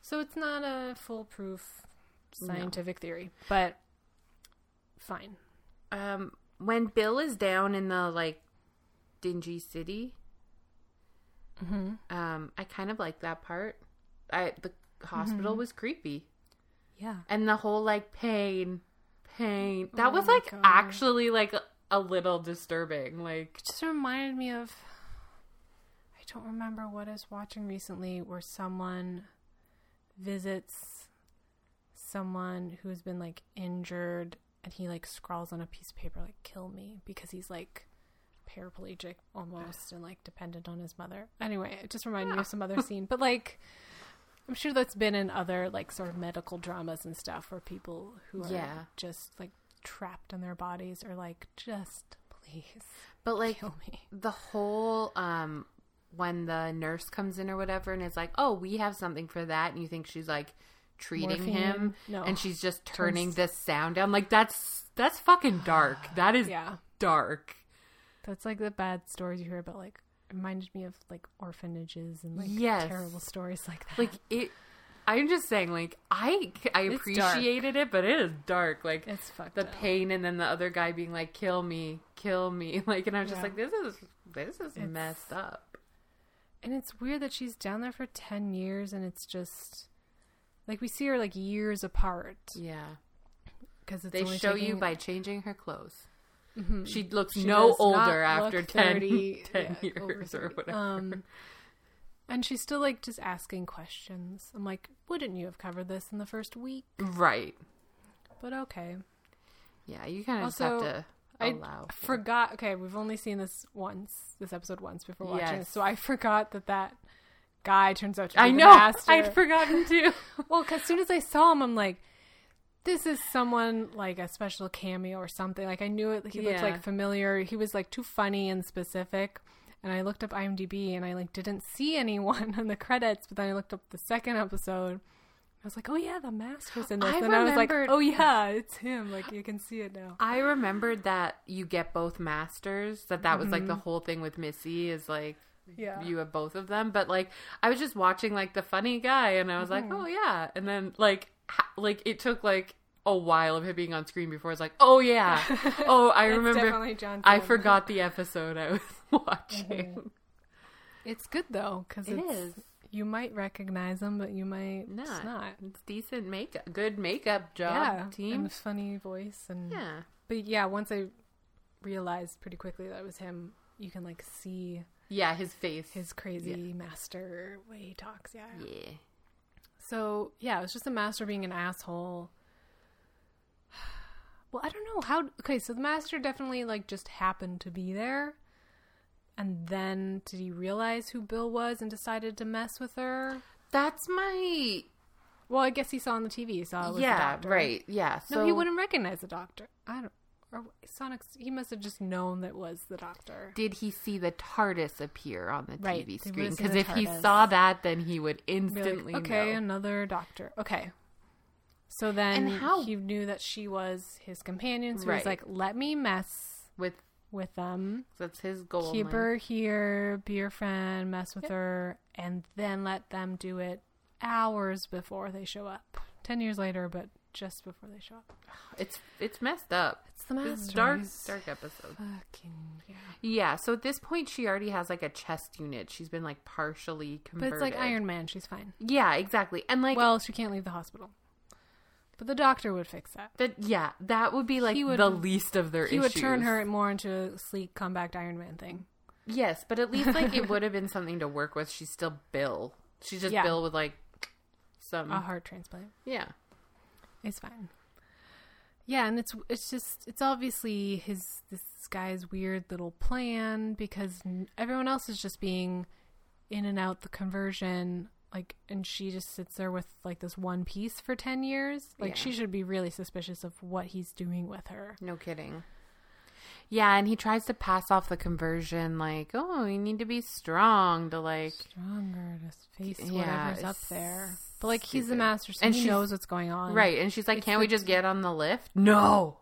Speaker 1: So it's not a foolproof scientific theory, but fine.
Speaker 2: Um, when Bill is down in the like dingy city, um, I kind of like that part. I the hospital was creepy,
Speaker 1: Yeah.
Speaker 2: and the whole like pain, pain. That was
Speaker 1: my
Speaker 2: like
Speaker 1: God.
Speaker 2: actually like a, a little disturbing. Like
Speaker 1: It just reminded me of I don't remember what I was watching recently where someone visits someone who's been like injured and he like scrawls on a piece of paper like kill me because he's like paraplegic almost and like dependent on his mother. Anyway, it just reminded me of some other scene. But like I'm sure that's been in other like sort of medical dramas and stuff where people who are
Speaker 2: Yeah.
Speaker 1: just like trapped in their bodies are like just please
Speaker 2: But like
Speaker 1: Kill me.
Speaker 2: the whole um when the nurse comes in or whatever and is like, "Oh, we have something for that." And you think she's like treating
Speaker 1: Morphine
Speaker 2: him
Speaker 1: him? No.
Speaker 2: and she's just turning the sound down. Like that's that's fucking dark. That is
Speaker 1: Yeah.
Speaker 2: dark.
Speaker 1: That's like the bad stories you hear about, like reminded me of like orphanages and like
Speaker 2: Yes.
Speaker 1: terrible stories like that.
Speaker 2: Like it I'm just saying like I I
Speaker 1: It's
Speaker 2: appreciated it, but it is dark. Like
Speaker 1: It's fucked
Speaker 2: the
Speaker 1: up.
Speaker 2: pain and then the other guy being like, "Kill me, kill me." Like and I was just
Speaker 1: Yeah.
Speaker 2: like, "This is this is messed up."
Speaker 1: and it's weird that she's down there for ten years, and it's just like we see her like years apart
Speaker 2: Yeah.
Speaker 1: because it's
Speaker 2: They
Speaker 1: only
Speaker 2: show
Speaker 1: taking-
Speaker 2: you by changing her clothes. Mm-hmm. She looks
Speaker 1: She
Speaker 2: no
Speaker 1: does not
Speaker 2: older
Speaker 1: look
Speaker 2: after 10,
Speaker 1: 30
Speaker 2: 10
Speaker 1: yeah, over
Speaker 2: years or
Speaker 1: 30.
Speaker 2: whatever.
Speaker 1: Um, and she's still like just asking questions. I'm like, wouldn't you have covered this in the first week?
Speaker 2: right.
Speaker 1: But okay.
Speaker 2: Yeah, you kind of just have
Speaker 1: Also,
Speaker 2: to allow.
Speaker 1: I forgot. Okay, we've only seen this once, this episode once before watching
Speaker 2: Yes.
Speaker 1: it, so I forgot that that guy turns out to be
Speaker 2: I
Speaker 1: the
Speaker 2: know.
Speaker 1: master.
Speaker 2: I'd forgotten too.
Speaker 1: well, 'cause as soon as I saw him, I'm like, this is someone like a special cameo or something. Like I knew it. He
Speaker 2: Yeah.
Speaker 1: looked like familiar. He was like too funny and specific. And I looked up IMDb and I like didn't see anyone on the credits. But then I looked up the second episode. I was like, oh yeah, the master's in this.
Speaker 2: I
Speaker 1: and I was like,
Speaker 2: remembered-
Speaker 1: oh yeah, it's him. Like you can see it now.
Speaker 2: I remembered that you get both masters, that that was like the whole thing with Missy is like
Speaker 1: Yeah.
Speaker 2: you have both of them. But like, I was just watching like the funny guy and I was like, oh yeah. And then like, ha- like it took like a while of him being on screen before I was like, oh yeah. Oh, I
Speaker 1: That's
Speaker 2: remember.
Speaker 1: definitely John
Speaker 2: I
Speaker 1: Silver.
Speaker 2: forgot the episode I was watching.
Speaker 1: It's good though because
Speaker 2: It
Speaker 1: it's,
Speaker 2: is.
Speaker 1: You might recognize them, but you might
Speaker 2: Not.
Speaker 1: just not.
Speaker 2: It's decent makeup. Good makeup job
Speaker 1: Yeah,
Speaker 2: team.
Speaker 1: and a funny voice and
Speaker 2: yeah.
Speaker 1: But yeah, once I realized pretty quickly that it was him, you can like see
Speaker 2: Yeah, his face.
Speaker 1: his crazy master way he talks. Yeah.
Speaker 2: yeah.
Speaker 1: So yeah, it was just the master being an asshole. Well, I don't know how. Okay, so the master definitely like just happened to be there, and then did he realize who Bill was and decided to mess with her?
Speaker 2: That's my
Speaker 1: Well, I guess he saw on the TV. He saw it was the
Speaker 2: Yeah,
Speaker 1: doctor.
Speaker 2: right. Yeah. So
Speaker 1: No, he wouldn't recognize the doctor. I don't. Or Sonic. He must have just known that was the doctor.
Speaker 2: did he see the TARDIS appear on the
Speaker 1: Right,
Speaker 2: TV
Speaker 1: they
Speaker 2: screen?
Speaker 1: would've seen
Speaker 2: Because
Speaker 1: the
Speaker 2: if he
Speaker 1: TARDIS.
Speaker 2: saw that, then he would
Speaker 1: Be like,
Speaker 2: instantly
Speaker 1: okay,
Speaker 2: know.
Speaker 1: another doctor. Okay. So then
Speaker 2: And how-
Speaker 1: he knew that she was his companion. So he's
Speaker 2: Right.
Speaker 1: like, "Let me mess
Speaker 2: With
Speaker 1: with them,
Speaker 2: that's his goal.
Speaker 1: keep
Speaker 2: like-
Speaker 1: her here, be your friend, mess with her, and then let them do it hours before they show up. Ten years later, but just before they show up.
Speaker 2: It's it's messed up.
Speaker 1: It's the
Speaker 2: It's
Speaker 1: master.
Speaker 2: dark
Speaker 1: He's
Speaker 2: dark episode.
Speaker 1: Fucking yeah.
Speaker 2: Yeah, so at this point she already has like a chest unit. She's been like partially
Speaker 1: But
Speaker 2: converted.
Speaker 1: it's like Iron Man. She's fine.
Speaker 2: Yeah, exactly. And like
Speaker 1: Well, she can't leave the hospital. But the doctor would fix that.
Speaker 2: That yeah, that would be like
Speaker 1: He would-
Speaker 2: the least of their
Speaker 1: He
Speaker 2: issues.
Speaker 1: would turn her more into a sleek comeback Iron Man thing.
Speaker 2: Yes, but at least like it would have been something to work with. She's still Bill. She's just
Speaker 1: Yeah.
Speaker 2: Bill with like some
Speaker 1: A heart transplant.
Speaker 2: yeah.
Speaker 1: It's fine. Yeah, and it's it's just it's obviously his this guy's weird little plan because n- everyone else is just being in and out the conversion like and she just sits there with like this one piece for 10 years like
Speaker 2: Yeah.
Speaker 1: she should be really suspicious of what he's doing with her
Speaker 2: No kidding. Yeah, and he tries to pass off the conversion like, oh, you need to be strong to like.
Speaker 1: stronger to face
Speaker 2: Yeah,
Speaker 1: whatever's up
Speaker 2: it's
Speaker 1: there but like he's the
Speaker 2: stupid.
Speaker 1: master so
Speaker 2: And
Speaker 1: he
Speaker 2: she's-
Speaker 1: knows what's going on
Speaker 2: Right. And she's like,
Speaker 1: It's
Speaker 2: can't
Speaker 1: the-
Speaker 2: we just get on the lift? No.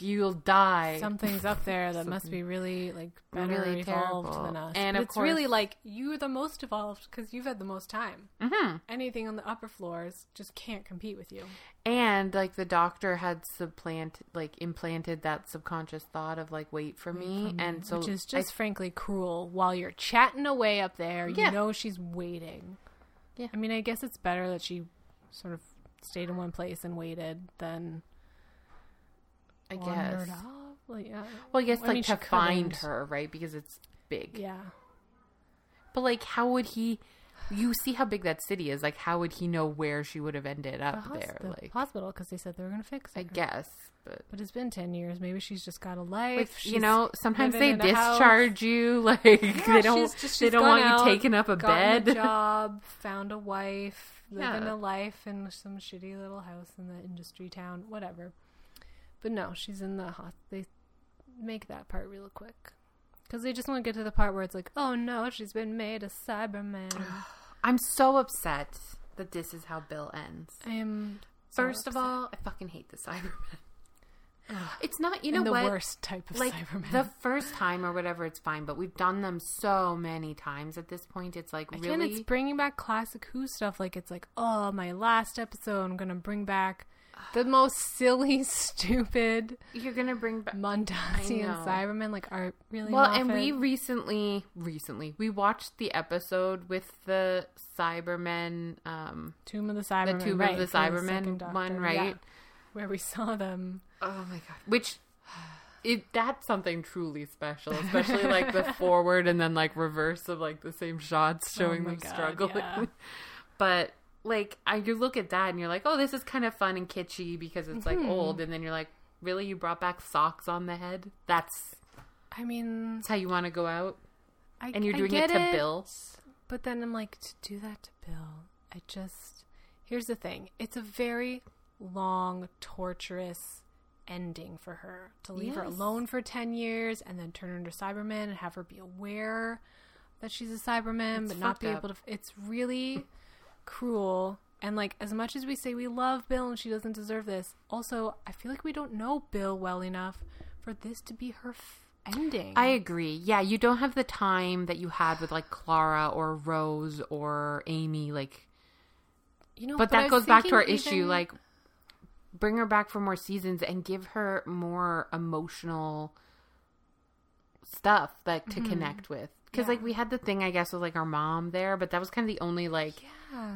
Speaker 2: You'll die.
Speaker 1: something's up there that must be really like better
Speaker 2: Really
Speaker 1: evolved
Speaker 2: terrible.
Speaker 1: than us.
Speaker 2: And
Speaker 1: But
Speaker 2: of
Speaker 1: it's really
Speaker 2: course-
Speaker 1: like you're the most evolved because you've had the most time.
Speaker 2: Mm-hmm.
Speaker 1: Anything on the upper floors just can't compete with you.
Speaker 2: And like the doctor had supplant, like implanted that subconscious thought of like, wait for, me. And so
Speaker 1: Which is
Speaker 2: I-
Speaker 1: just frankly cruel. While you're chatting away up there,
Speaker 2: Yeah.
Speaker 1: you know she's waiting.
Speaker 2: Yeah.
Speaker 1: I mean, I guess it's better that she sort of stayed in one place and waited than
Speaker 2: I,
Speaker 1: wandered
Speaker 2: guess.
Speaker 1: off. Like, yeah.
Speaker 2: Well, I guess
Speaker 1: I
Speaker 2: like
Speaker 1: mean, she
Speaker 2: to find
Speaker 1: couldn't.
Speaker 2: her, right? Because it's big.
Speaker 1: yeah.
Speaker 2: But like, how would he? You see how big that city is. Like, how would he know where she would have ended
Speaker 1: The
Speaker 2: up
Speaker 1: hos-
Speaker 2: there?
Speaker 1: the
Speaker 2: Like,
Speaker 1: hospital because they said they were going to fix it.
Speaker 2: I guess, but
Speaker 1: But it's been 10 years. Maybe she's just got a life.
Speaker 2: like, you
Speaker 1: She's
Speaker 2: know, sometimes
Speaker 1: living
Speaker 2: they
Speaker 1: in a house.
Speaker 2: discharge you. Like, they don't.
Speaker 1: she's just-
Speaker 2: they
Speaker 1: she's
Speaker 2: don't
Speaker 1: gone
Speaker 2: want
Speaker 1: out,
Speaker 2: you taking up a
Speaker 1: gotten
Speaker 2: bed.
Speaker 1: job, found a wife, living
Speaker 2: Yeah.
Speaker 1: a life in some shitty little house in the industry town, whatever. But no, she's in the hot. They make that part real quick because they just want to get to the part where it's like, oh no, she's been made a Cyberman.
Speaker 2: I'm so upset that this is how Bill ends.
Speaker 1: I am so
Speaker 2: First of
Speaker 1: upset.
Speaker 2: all, I fucking hate the Cybermen. It's not. You
Speaker 1: And
Speaker 2: know
Speaker 1: the
Speaker 2: what?
Speaker 1: worst type of
Speaker 2: like
Speaker 1: Cyberman.
Speaker 2: the first time or whatever, it's fine. But we've done them so many times at this point. It's like really.
Speaker 1: Again, it's bringing back classic Who stuff. Like it's like, oh, my last episode, I'm gonna bring back the most silly, stupid
Speaker 2: you're gonna bring back
Speaker 1: Mondazzi and
Speaker 2: know.
Speaker 1: Cyberman. Like, are really
Speaker 2: Well,
Speaker 1: Moffat?
Speaker 2: and we recently, recently, we watched the episode with the Cybermen, um,
Speaker 1: Tomb of the
Speaker 2: the
Speaker 1: Cybermen,
Speaker 2: Tomb
Speaker 1: right,
Speaker 2: of the
Speaker 1: from second
Speaker 2: Cybermen
Speaker 1: Doctor,
Speaker 2: one, right?
Speaker 1: yeah, where we saw them.
Speaker 2: Oh my god! Which it that's something truly special, especially like the forward and then like reverse of like the same shots showing
Speaker 1: my
Speaker 2: them
Speaker 1: God,
Speaker 2: struggling.
Speaker 1: yeah.
Speaker 2: But like, I, you look at that and you're like, oh, this is kind of fun and kitschy because it's like old, and then you're like, really, you brought back socks on the head? That's
Speaker 1: I mean,
Speaker 2: that's how you want to go out,
Speaker 1: I,
Speaker 2: and you're
Speaker 1: I
Speaker 2: doing it
Speaker 1: get
Speaker 2: to Bill.
Speaker 1: But then I'm like, to do that to Bill, I just. Here's the thing it's a very long, torturous ending for her to leave her
Speaker 2: Yes.
Speaker 1: alone for 10 years and then turn her into Cyberman and have her be aware that she's a Cyberman
Speaker 2: It's
Speaker 1: but not
Speaker 2: fucked
Speaker 1: be
Speaker 2: up.
Speaker 1: able to. It's really cruel. And like, as much as we say we love Bill and she doesn't deserve this, also, I feel like we don't know Bill well enough for this to be her f- ending.
Speaker 2: I agree. Yeah, you don't have the time that you had with like Clara or Rose or Amy. Like,
Speaker 1: you know,
Speaker 2: but
Speaker 1: I
Speaker 2: that
Speaker 1: was
Speaker 2: goes back to
Speaker 1: thinking
Speaker 2: our issue.
Speaker 1: even-
Speaker 2: Like, bring her back for more seasons and give her more emotional stuff like to
Speaker 1: Mm-hmm.
Speaker 2: connect with. Because like we had the thing, I guess, with like our mom there, but that was kind of the only like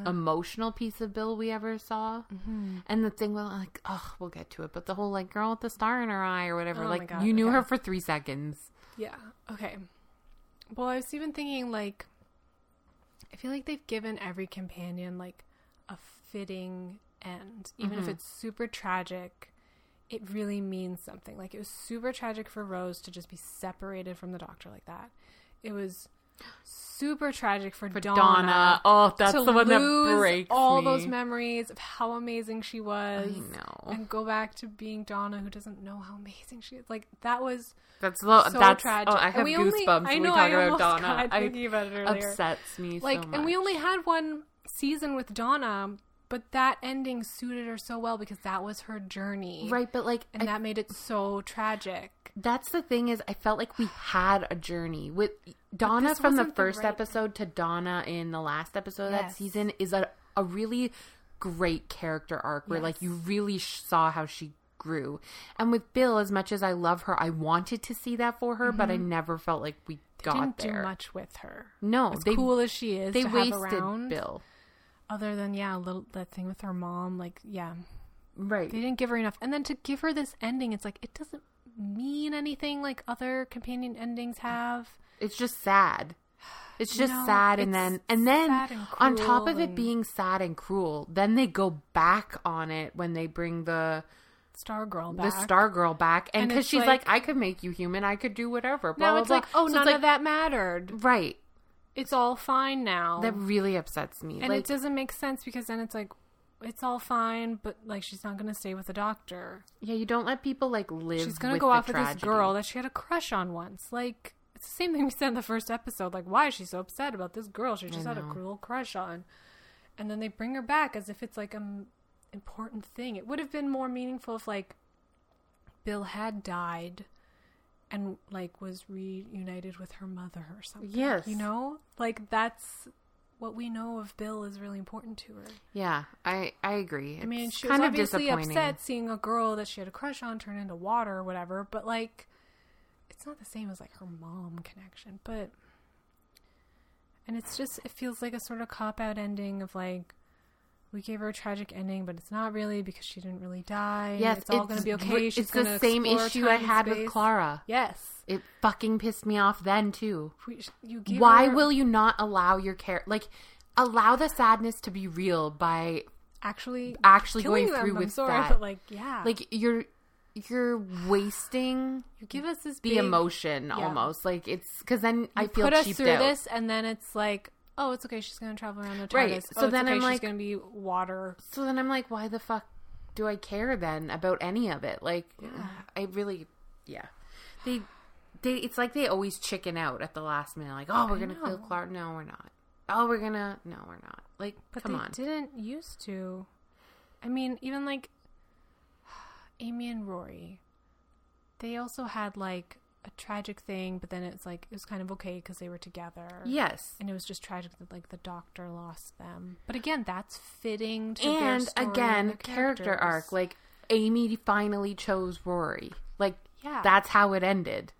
Speaker 2: emotional piece of Bill we ever saw.
Speaker 1: Mm-hmm.
Speaker 2: And the thing with like, oh, we'll get to it, but the whole like girl with the star in her eye or whatever,
Speaker 1: Oh my
Speaker 2: like
Speaker 1: God,
Speaker 2: you knew
Speaker 1: okay.
Speaker 2: her for three seconds.
Speaker 1: Yeah. Okay. Well, I was even thinking like I feel like they've given every companion like a fitting end. Even
Speaker 2: Mm-hmm.
Speaker 1: if it's super tragic, it really means something. Like it was super tragic for Rose to just be separated from the doctor like that. It was super tragic for,
Speaker 2: For
Speaker 1: Donna.
Speaker 2: Donna. Oh, that's
Speaker 1: to
Speaker 2: the one that
Speaker 1: lose
Speaker 2: breaks
Speaker 1: all
Speaker 2: me.
Speaker 1: those memories of how amazing she was.
Speaker 2: I know.
Speaker 1: And go back to being Donna who doesn't know how amazing she is. Like that was
Speaker 2: That's the
Speaker 1: so
Speaker 2: that's
Speaker 1: tragic.
Speaker 2: oh I
Speaker 1: And
Speaker 2: have
Speaker 1: we only-
Speaker 2: goosebumps when we talk about
Speaker 1: almost
Speaker 2: Donna.
Speaker 1: got
Speaker 2: I
Speaker 1: thinking about it earlier.
Speaker 2: upsets me
Speaker 1: Like,
Speaker 2: so much.
Speaker 1: and we only had one season with Donna, but that ending suited her so well because that was her journey,
Speaker 2: right, but like
Speaker 1: And
Speaker 2: I-
Speaker 1: that made it so tragic.
Speaker 2: that's the thing is I felt like we had a journey with Donna
Speaker 1: this
Speaker 2: from the
Speaker 1: wasn't the
Speaker 2: first
Speaker 1: right-
Speaker 2: episode to Donna in the last episode of that
Speaker 1: Yes.
Speaker 2: season is a a really great character arc where like you really sh- saw how she grew. And with Bill, as much as I love her, I wanted to see that for her, but I never felt like we got
Speaker 1: Mm-hmm. Didn't
Speaker 2: there.
Speaker 1: do much with her.
Speaker 2: No,
Speaker 1: as
Speaker 2: they-
Speaker 1: cool as she is,
Speaker 2: They
Speaker 1: to
Speaker 2: wasted
Speaker 1: have around,
Speaker 2: Bill.
Speaker 1: Other than yeah, a little that thing with her mom, like yeah,
Speaker 2: Right.
Speaker 1: they didn't give her enough. And then to give her this ending, it's like it doesn't mean anything like other companion endings have.
Speaker 2: It's just sad. It's just
Speaker 1: No,
Speaker 2: sad, and
Speaker 1: it's
Speaker 2: then and then
Speaker 1: sad and
Speaker 2: on top
Speaker 1: cruel
Speaker 2: of it
Speaker 1: and-
Speaker 2: being sad and cruel, then they go back on it when they bring the
Speaker 1: Stargirl
Speaker 2: the
Speaker 1: back.
Speaker 2: Star Girl back, and
Speaker 1: And
Speaker 2: because
Speaker 1: it's
Speaker 2: she's
Speaker 1: like-
Speaker 2: like, I could make you human, I could do whatever. Blah,
Speaker 1: Now
Speaker 2: blah,
Speaker 1: it's
Speaker 2: blah."
Speaker 1: like, oh,
Speaker 2: So
Speaker 1: none
Speaker 2: like,
Speaker 1: of that mattered.
Speaker 2: right?
Speaker 1: it's all fine now.
Speaker 2: That really upsets me.
Speaker 1: and
Speaker 2: like,
Speaker 1: it doesn't make sense because then it's like, it's all fine, but like she's not going to stay with the doctor.
Speaker 2: yeah, you don't let people like live.
Speaker 1: She's going to
Speaker 2: with
Speaker 1: go
Speaker 2: the
Speaker 1: off with this
Speaker 2: tragedy.
Speaker 1: girl that she had a crush on once. Like, it's the same thing we said in the first episode. Like, why is she so upset about this girl she just had a cruel crush on? And then they bring her back as if it's like an important thing. It would have been more meaningful if, like, Bill had died and, like, was reunited with her mother or something.
Speaker 2: Yes.
Speaker 1: You know? Like, that's what we know of Bill is really important to her.
Speaker 2: Yeah, I I agree.
Speaker 1: I mean,
Speaker 2: It's
Speaker 1: she was obviously upset seeing a girl that she had a crush on turn into water or whatever, but like, it's not the same as like her mom connection. But, and it's just, it feels like a sort of cop out ending of like, we gave her a tragic ending, but it's not really because she didn't really die.
Speaker 2: Yes,
Speaker 1: it's, all going to be okay.
Speaker 2: re-
Speaker 1: She's
Speaker 2: it's the
Speaker 1: gonna
Speaker 2: same
Speaker 1: explore
Speaker 2: issue I
Speaker 1: time and
Speaker 2: had with
Speaker 1: space.
Speaker 2: Clara.
Speaker 1: Yes,
Speaker 2: It fucking pissed me off then too.
Speaker 1: We- you give
Speaker 2: Why
Speaker 1: her
Speaker 2: will you not allow your care like allow the sadness to be real by
Speaker 1: actually
Speaker 2: actually
Speaker 1: killing
Speaker 2: going
Speaker 1: them?
Speaker 2: through
Speaker 1: I'm
Speaker 2: with
Speaker 1: sorry,
Speaker 2: that?
Speaker 1: But like, yeah,
Speaker 2: like you're you're wasting
Speaker 1: you give us this
Speaker 2: the
Speaker 1: big,
Speaker 2: emotion
Speaker 1: yeah.
Speaker 2: almost like it's because then I
Speaker 1: You
Speaker 2: feel
Speaker 1: put us
Speaker 2: cheaped
Speaker 1: through
Speaker 2: out.
Speaker 1: this, and then it's like, oh, it's okay. She's gonna travel around the TARDIS.
Speaker 2: Right.
Speaker 1: Oh,
Speaker 2: So
Speaker 1: it's
Speaker 2: then
Speaker 1: okay,
Speaker 2: I'm
Speaker 1: she's
Speaker 2: like-
Speaker 1: gonna be water.
Speaker 2: So then I'm like, why the fuck do I care then about any of it? Like, I really, yeah. They, they, it's like they always chicken out at the last minute. Like, oh, we're gonna kill Clark. No, we're not. Oh, we're gonna. No, we're not. Like,
Speaker 1: But
Speaker 2: come
Speaker 1: they
Speaker 2: on.
Speaker 1: didn't used to. I mean, even like Amy and Rory, they also had like a tragic thing, but then it's like it was kind of okay because they were together.
Speaker 2: Yes.
Speaker 1: And it was just tragic that like the doctor lost them. But again, that's fitting to their
Speaker 2: And
Speaker 1: story
Speaker 2: again,
Speaker 1: their
Speaker 2: character
Speaker 1: characters.
Speaker 2: arc. Like, Amy finally chose Rory. Like,
Speaker 1: Yeah.
Speaker 2: that's how it ended.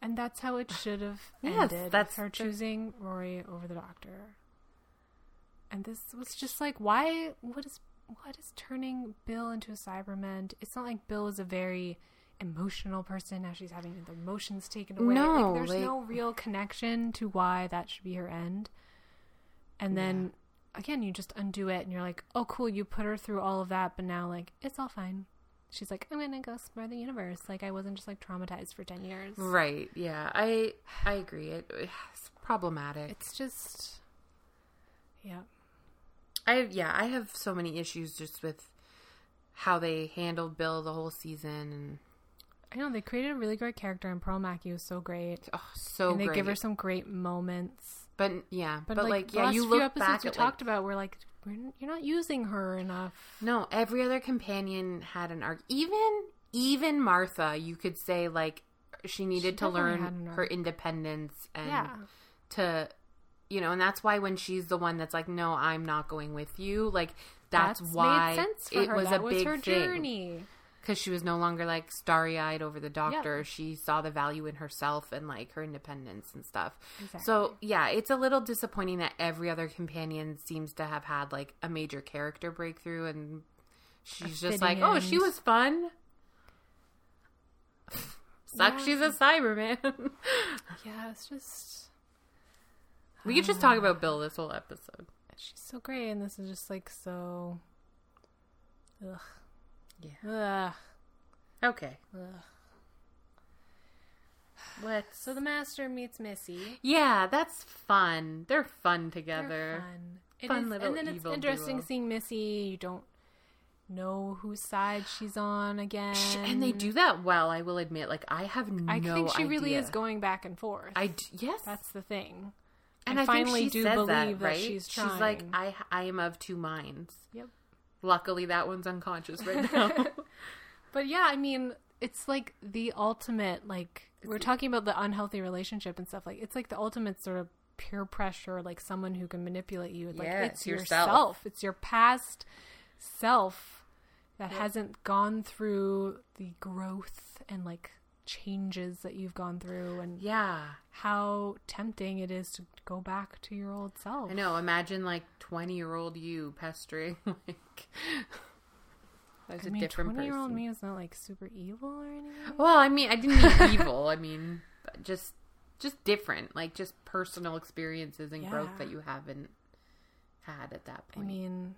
Speaker 1: And that's how it should have
Speaker 2: Yes,
Speaker 1: ended. with
Speaker 2: that's
Speaker 1: her
Speaker 2: the-
Speaker 1: choosing Rory over the doctor. And this was just like, why? What is what is turning Bill into a Cyberman? It's not like Bill is a very emotional person. Now she's having the emotions taken away.
Speaker 2: No,
Speaker 1: like, there's
Speaker 2: like-
Speaker 1: no real connection to why that should be her end. And then again, you just undo it, and you're like, oh, cool, you put her through all of that, but now like it's all fine. She's like, I'm gonna go explore the universe. Like I wasn't just like traumatized for ten years.
Speaker 2: Right. Yeah. I I agree. It, it's problematic.
Speaker 1: It's just, yeah.
Speaker 2: I yeah, I have so many issues just with how they handled Bill the whole season and
Speaker 1: I know they created a really great character, and Pearl Mackey was so great.
Speaker 2: oh, so
Speaker 1: and they
Speaker 2: great.
Speaker 1: give her some great moments.
Speaker 2: but yeah,
Speaker 1: But,
Speaker 2: but,
Speaker 1: like,
Speaker 2: like,
Speaker 1: the
Speaker 2: yeah,
Speaker 1: last
Speaker 2: you
Speaker 1: few
Speaker 2: look
Speaker 1: episodes
Speaker 2: back
Speaker 1: we
Speaker 2: at
Speaker 1: talked
Speaker 2: like,
Speaker 1: about, we're like, we're, n- you're not using her enough.
Speaker 2: no, every other companion had an arc. Even even Martha, you could say like she needed to
Speaker 1: definitely had an
Speaker 2: learn her
Speaker 1: arc.
Speaker 2: independence and
Speaker 1: yeah,
Speaker 2: to you know, and that's why when she's the one that's like, "No, I'm not going with you," like that's, why
Speaker 1: made sense for
Speaker 2: it
Speaker 1: her.
Speaker 2: was
Speaker 1: that
Speaker 2: a
Speaker 1: was
Speaker 2: big
Speaker 1: her
Speaker 2: thing.
Speaker 1: journey.
Speaker 2: because she was no longer like starry eyed over the doctor. She saw the value in herself and like her independence and stuff. So, yeah, it's a little disappointing that every other companion seems to have had like a major character breakthrough and she's just
Speaker 1: fitting
Speaker 2: like, oh, she
Speaker 1: end.
Speaker 2: was fun. Sucks,
Speaker 1: Yeah.
Speaker 2: she's a Cyberman.
Speaker 1: Yeah, it's just
Speaker 2: we could just talk about Bill this whole episode.
Speaker 1: she's so great, and this is just like so. Ugh.
Speaker 2: Yeah.
Speaker 1: Ugh.
Speaker 2: Okay.
Speaker 1: Ugh.
Speaker 2: Let's.
Speaker 1: So the master meets Missy.
Speaker 2: Yeah, that's fun. They're fun
Speaker 1: They're
Speaker 2: together.
Speaker 1: Fun. It
Speaker 2: Fun
Speaker 1: is-
Speaker 2: little
Speaker 1: and then it's
Speaker 2: evil
Speaker 1: interesting
Speaker 2: duo.
Speaker 1: seeing Missy. You don't know whose side she's on again.
Speaker 2: Sh- and they do that well. I will admit, like I have no.
Speaker 1: I think she really
Speaker 2: idea.
Speaker 1: is going back and forth.
Speaker 2: I d- yes,
Speaker 1: That's the thing.
Speaker 2: and
Speaker 1: I
Speaker 2: I,
Speaker 1: finally
Speaker 2: think she
Speaker 1: do
Speaker 2: says
Speaker 1: believe
Speaker 2: that,
Speaker 1: that
Speaker 2: right?
Speaker 1: she's
Speaker 2: She's like,
Speaker 1: trying.
Speaker 2: I I am of two minds.
Speaker 1: Yep.
Speaker 2: Luckily, that one's unconscious right now.
Speaker 1: But yeah, I mean, it's like the ultimate. Like we're talking about the unhealthy relationship and stuff. Like it's like the ultimate sort of peer pressure. Like someone who can manipulate you. Like
Speaker 2: Yeah,
Speaker 1: it's
Speaker 2: it's yourself.
Speaker 1: yourself. It's your past self that hasn't gone through the growth and like changes that you've gone through and
Speaker 2: yeah,
Speaker 1: how tempting it is to go back to your old self.
Speaker 2: I know. Imagine like twenty year old you pestering like. That's
Speaker 1: I
Speaker 2: a
Speaker 1: mean,
Speaker 2: different
Speaker 1: twenty year old
Speaker 2: person.
Speaker 1: me is not like super evil or anything.
Speaker 2: Well, I mean, I didn't mean evil. I mean, but just just different, like just personal experiences and growth
Speaker 1: Yeah.
Speaker 2: that you haven't had at that
Speaker 1: I
Speaker 2: point.
Speaker 1: mean,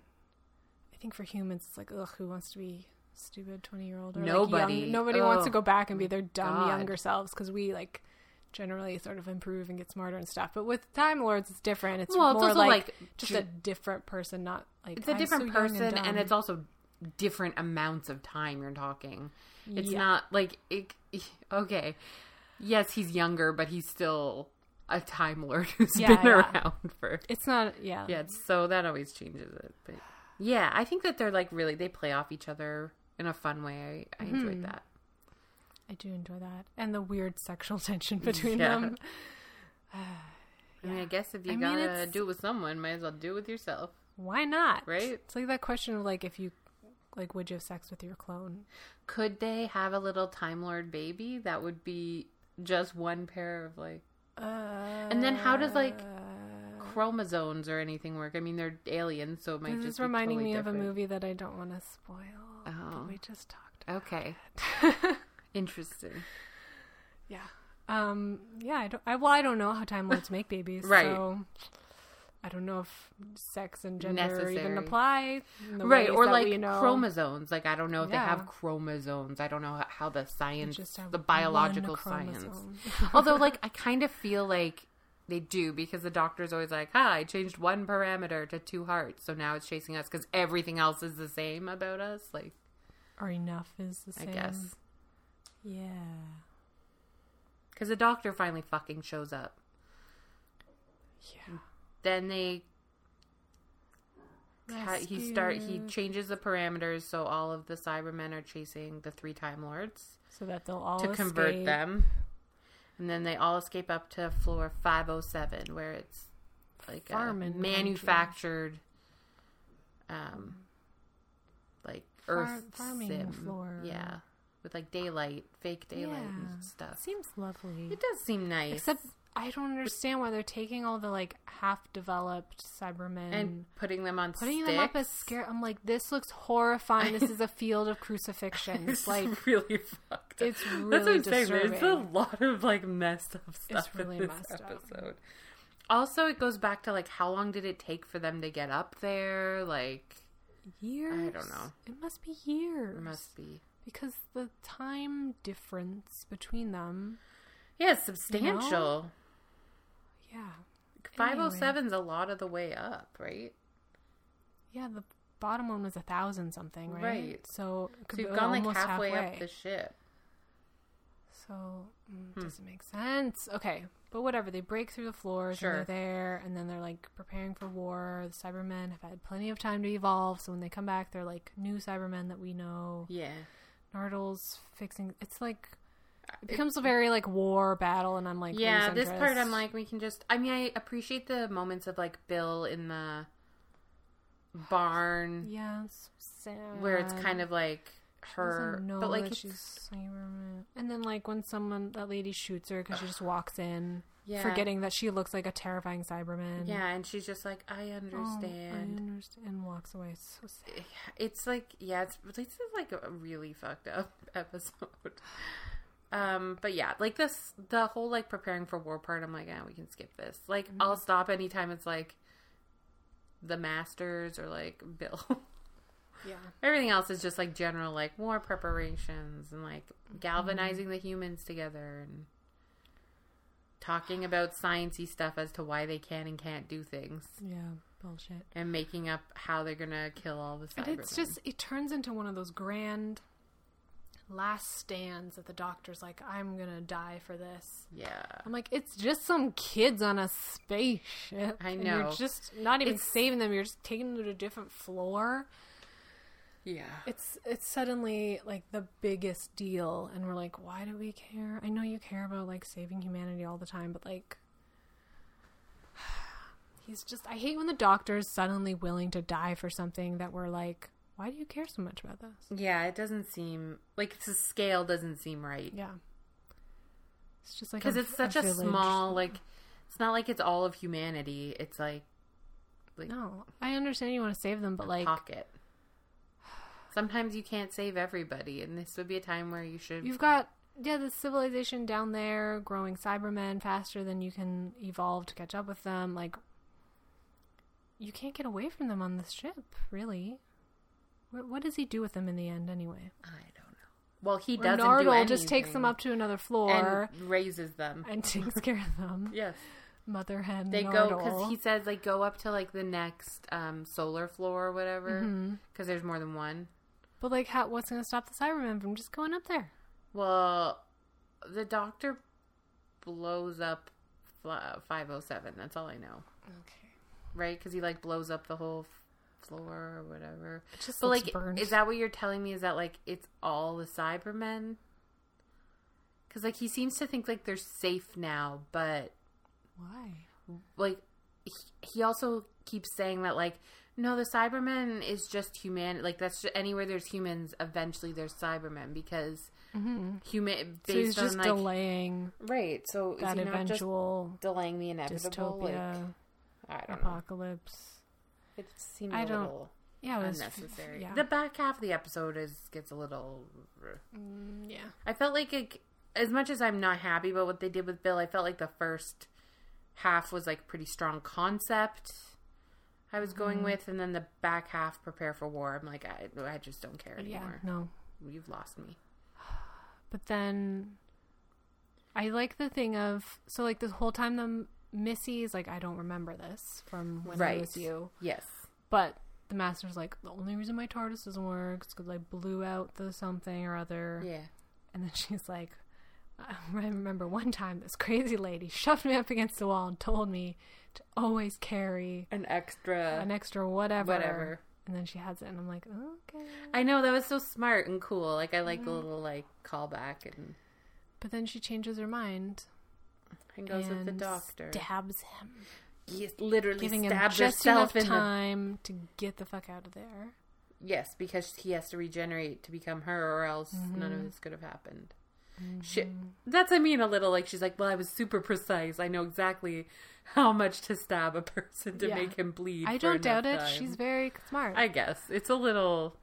Speaker 1: I think for humans, it's like, ugh, who wants to be stupid twenty year old?
Speaker 2: Nobody.
Speaker 1: nobody wants to
Speaker 2: Ugh,
Speaker 1: go back and be their dumb
Speaker 2: God.
Speaker 1: younger selves because we like generally sort of improve and get smarter and stuff. But with Time Lords, it's different. It's
Speaker 2: Well, it's
Speaker 1: more
Speaker 2: also,
Speaker 1: like,
Speaker 2: like,
Speaker 1: just
Speaker 2: dr-
Speaker 1: a different person, not like
Speaker 2: it's a
Speaker 1: "I'm
Speaker 2: different
Speaker 1: so young
Speaker 2: person and,
Speaker 1: dumb."
Speaker 2: it's also different amounts of time you're talking it's
Speaker 1: Yeah.
Speaker 2: not like it, okay yes he's younger but he's still a time lord who's
Speaker 1: Yeah,
Speaker 2: been
Speaker 1: yeah.
Speaker 2: around for
Speaker 1: it's not yeah
Speaker 2: yeah it's- so that always changes it but yeah i think that they're like really they play off each other in a fun way i, I
Speaker 1: Hmm.
Speaker 2: enjoyed that
Speaker 1: I do enjoy that and the weird sexual tension between
Speaker 2: Yeah.
Speaker 1: them.
Speaker 2: i mean i guess if you
Speaker 1: I mean,
Speaker 2: gotta
Speaker 1: it's-
Speaker 2: do it with someone might as well do it with yourself
Speaker 1: Why not?
Speaker 2: Right?
Speaker 1: It's like that question of like if you like would you have sex with your clone?
Speaker 2: could they have a little time lord baby that would be just one pair of like
Speaker 1: Uh,
Speaker 2: And then how does like Oh. chromosomes or anything work? I mean, they're aliens, so it might
Speaker 1: this
Speaker 2: just
Speaker 1: is
Speaker 2: be
Speaker 1: reminding
Speaker 2: totally
Speaker 1: me of
Speaker 2: different.
Speaker 1: a movie that I don't want to spoil.
Speaker 2: Oh.
Speaker 1: But we just talked.
Speaker 2: Okay, interesting.
Speaker 1: Yeah. Um. Yeah. I don't. I, well, I don't know how time lords make babies.
Speaker 2: Right.
Speaker 1: So I don't know if sex and gender even
Speaker 2: Necessary.
Speaker 1: apply. in the
Speaker 2: Right,
Speaker 1: ways
Speaker 2: or
Speaker 1: that
Speaker 2: like
Speaker 1: we know.
Speaker 2: chromosomes. Like I don't know if they
Speaker 1: Yeah.
Speaker 2: have chromosomes. I don't know how- how the science,
Speaker 1: just have
Speaker 2: the biological
Speaker 1: one
Speaker 2: science.
Speaker 1: chromosome.
Speaker 2: Although, like I kind of feel like they do because the doctor's always like, "Ah, I changed one parameter to two hearts, so now it's chasing us because everything else is the same about us." Like
Speaker 1: or enough is the same.
Speaker 2: I guess
Speaker 1: Yeah.
Speaker 2: because the doctor finally fucking shows up.
Speaker 1: Yeah.
Speaker 2: then they ha- he start he changes the parameters so all of the cybermen are chasing the three time lords
Speaker 1: so that they'll all
Speaker 2: to convert
Speaker 1: escape.
Speaker 2: them and then they all escape up to floor 507 where it's like a
Speaker 1: Farm and
Speaker 2: manufactured um like
Speaker 1: Far-
Speaker 2: earth
Speaker 1: farming
Speaker 2: sim.
Speaker 1: floor.
Speaker 2: yeah with like daylight fake daylight
Speaker 1: Yeah.
Speaker 2: and stuff
Speaker 1: Seems lovely.
Speaker 2: it does seem nice
Speaker 1: Except I don't understand why they're taking all the like half-developed Cybermen
Speaker 2: and putting them on
Speaker 1: putting
Speaker 2: sticks.
Speaker 1: them up as scare. I'm like, this looks horrifying. this is a field of crucifixion. It's like
Speaker 2: really fucked. up.
Speaker 1: it's
Speaker 2: That's what
Speaker 1: really
Speaker 2: I'm saying. There's a
Speaker 1: disturbing.
Speaker 2: lot of like messed up stuff
Speaker 1: really
Speaker 2: in this
Speaker 1: messed up.
Speaker 2: episode. Also, it goes back to like how long did it take for them to get up there? Like
Speaker 1: years.
Speaker 2: know.
Speaker 1: It must be years.
Speaker 2: it must be
Speaker 1: because the time difference between them.
Speaker 2: yeah it's substantial.
Speaker 1: Yeah,
Speaker 2: Five oh seven's a lot of the way up, right?
Speaker 1: yeah. The bottom one was a thousand something, right?
Speaker 2: Right.
Speaker 1: So it could
Speaker 2: So
Speaker 1: be
Speaker 2: you've gone like
Speaker 1: almost
Speaker 2: halfway,
Speaker 1: halfway.
Speaker 2: up the Hmm. ship.
Speaker 1: So mm, doesn't make sense. Okay, but whatever. They break through the floors
Speaker 2: Sure.
Speaker 1: and they're there, and then they're like preparing for war. The Cybermen have had plenty of time to evolve, so when they come back, they're like new Cybermen that we know.
Speaker 2: Yeah,
Speaker 1: Nardle's fixing. It's like it becomes a very like war battle, and I'm like
Speaker 2: yeah.
Speaker 1: lose
Speaker 2: This part, I'm
Speaker 1: interest.
Speaker 2: like, we can just. I mean, I appreciate the moments of like Bill in the barn
Speaker 1: yeah, it's so sad.
Speaker 2: mm. where it's kind of like her,
Speaker 1: Doesn't know
Speaker 2: but like
Speaker 1: that
Speaker 2: it's-
Speaker 1: she's Cyberman. And then like when someone that lady shoots her because she just walks in,
Speaker 2: Yeah.
Speaker 1: forgetting that she looks like a terrifying Cyberman.
Speaker 2: Yeah, and she's just like, I understand.
Speaker 1: understand. And walks away. So sad.
Speaker 2: It's like, yeah, it's this is like a really fucked up episode. Um, but yeah, like this, the whole like preparing for war part, I'm like, ah, we can skip this. Like,
Speaker 1: Mm-hmm.
Speaker 2: I'll stop anytime it's like the masters or like Bill.
Speaker 1: Yeah.
Speaker 2: Everything else is just like general like war preparations and like
Speaker 1: Mm-hmm.
Speaker 2: galvanizing the humans together and talking about sciency stuff as to why they can and can't do things.
Speaker 1: Yeah. Bullshit.
Speaker 2: and making up how they're gonna kill all the
Speaker 1: But
Speaker 2: cybermen.
Speaker 1: it's just, it turns into one of those grand last stands that the doctor's like, I'm going to die for this.
Speaker 2: yeah.
Speaker 1: I'm like, it's just some kids on a spaceship.
Speaker 2: I
Speaker 1: and
Speaker 2: know.
Speaker 1: you're just not even
Speaker 2: It's-
Speaker 1: saving them. You're just taking them to a different floor.
Speaker 2: Yeah.
Speaker 1: It's it's suddenly like the biggest deal, and we're like, why do we care? I know you care about like saving humanity all the time, but like, he's just. I hate when the doctor's suddenly willing to die for something that we're like, why do you care so much about this?
Speaker 2: Yeah, it doesn't seem like the scale doesn't seem right.
Speaker 1: Yeah, it's just like
Speaker 2: Because
Speaker 1: a-
Speaker 2: it's such a,
Speaker 1: village.
Speaker 2: small like it's not like it's all of humanity. It's like
Speaker 1: No, I understand you want to save them, but like,
Speaker 2: pocket. Sometimes you can't save everybody, and this would be a time where you should
Speaker 1: You've got yeah, the civilization down there growing Cybermen faster than you can evolve to catch up with them. Like you can't get away from them on this ship, really. What, what does he do with them in the end, anyway?
Speaker 2: I don't know. Well, he
Speaker 1: Or
Speaker 2: doesn't do
Speaker 1: Nardole
Speaker 2: anything.
Speaker 1: just takes them up to another floor
Speaker 2: and raises them.
Speaker 1: and, takes care of them.
Speaker 2: Yes,
Speaker 1: Mother hen.
Speaker 2: they
Speaker 1: Nardole.
Speaker 2: go because he says like go up to like the next um, solar floor or whatever
Speaker 1: Mm-hmm.
Speaker 2: because there's more than one.
Speaker 1: But like, how, what's going to stop the Cybermen from just going up there?
Speaker 2: Well, the doctor blows up five oh seven. That's all I know,
Speaker 1: Okay.
Speaker 2: right? Because he like blows up the whole f- floor or whatever.
Speaker 1: just
Speaker 2: but
Speaker 1: looks
Speaker 2: like,
Speaker 1: burned.
Speaker 2: is that what you're telling me? Is that like it's all the Cybermen? Because like he seems to think like they're safe now, but
Speaker 1: Why?
Speaker 2: like he, he also keeps saying that like no the cybermen is just human like that's just, anywhere there's humans eventually there's cybermen because human based
Speaker 1: Mm-hmm. So he's
Speaker 2: on
Speaker 1: just
Speaker 2: like
Speaker 1: delaying
Speaker 2: right so is
Speaker 1: that
Speaker 2: he not just
Speaker 1: eventual
Speaker 2: delaying the inevitable like
Speaker 1: dystopia
Speaker 2: i don't know
Speaker 1: apocalypse.
Speaker 2: it seems
Speaker 1: I
Speaker 2: a
Speaker 1: don't-
Speaker 2: little
Speaker 1: Yeah, it was
Speaker 2: unnecessary
Speaker 1: Yeah.
Speaker 2: the back half of the episode is gets a little
Speaker 1: yeah.
Speaker 2: i felt like it, as much as i'm not happy about what they did with bill i felt like the first half was like pretty strong concept I was going
Speaker 1: Mm-hmm.
Speaker 2: with, and then the back half prepare for war. I'm like, I, I just don't care
Speaker 1: Yeah.
Speaker 2: anymore.
Speaker 1: No.
Speaker 2: You've lost me.
Speaker 1: But then I like the thing of so like this whole time the Missy's like I don't remember this from when I was you,
Speaker 2: Yes.
Speaker 1: but the master's like the only reason my TARDIS doesn't work is because I blew out the something or other,
Speaker 2: Yeah.
Speaker 1: and then she's like. I remember one time this crazy lady shoved me up against the wall and told me to always carry
Speaker 2: An extra.
Speaker 1: an extra whatever.
Speaker 2: Uh, whatever.
Speaker 1: And then she has it, and I'm like, okay.
Speaker 2: I know that was so smart and cool. Like I like the
Speaker 1: Mm-hmm.
Speaker 2: little like callback and,
Speaker 1: But then she changes her mind
Speaker 2: and goes with
Speaker 1: and
Speaker 2: the doctor.
Speaker 1: stabs him,
Speaker 2: He literally
Speaker 1: giving him
Speaker 2: stabbed
Speaker 1: just enough
Speaker 2: herself in the
Speaker 1: time to get the fuck out of there.
Speaker 2: Yes, because he has to regenerate to become her, or else none
Speaker 1: Mm-hmm.
Speaker 2: of this could have happened. She, that's I mean a little like she's like, well, I was super precise. I know exactly how much to stab a person to
Speaker 1: Yeah.
Speaker 2: make him bleed.
Speaker 1: I
Speaker 2: for
Speaker 1: don't doubt it.
Speaker 2: enough time."
Speaker 1: She's very smart.
Speaker 2: I guess it's a little.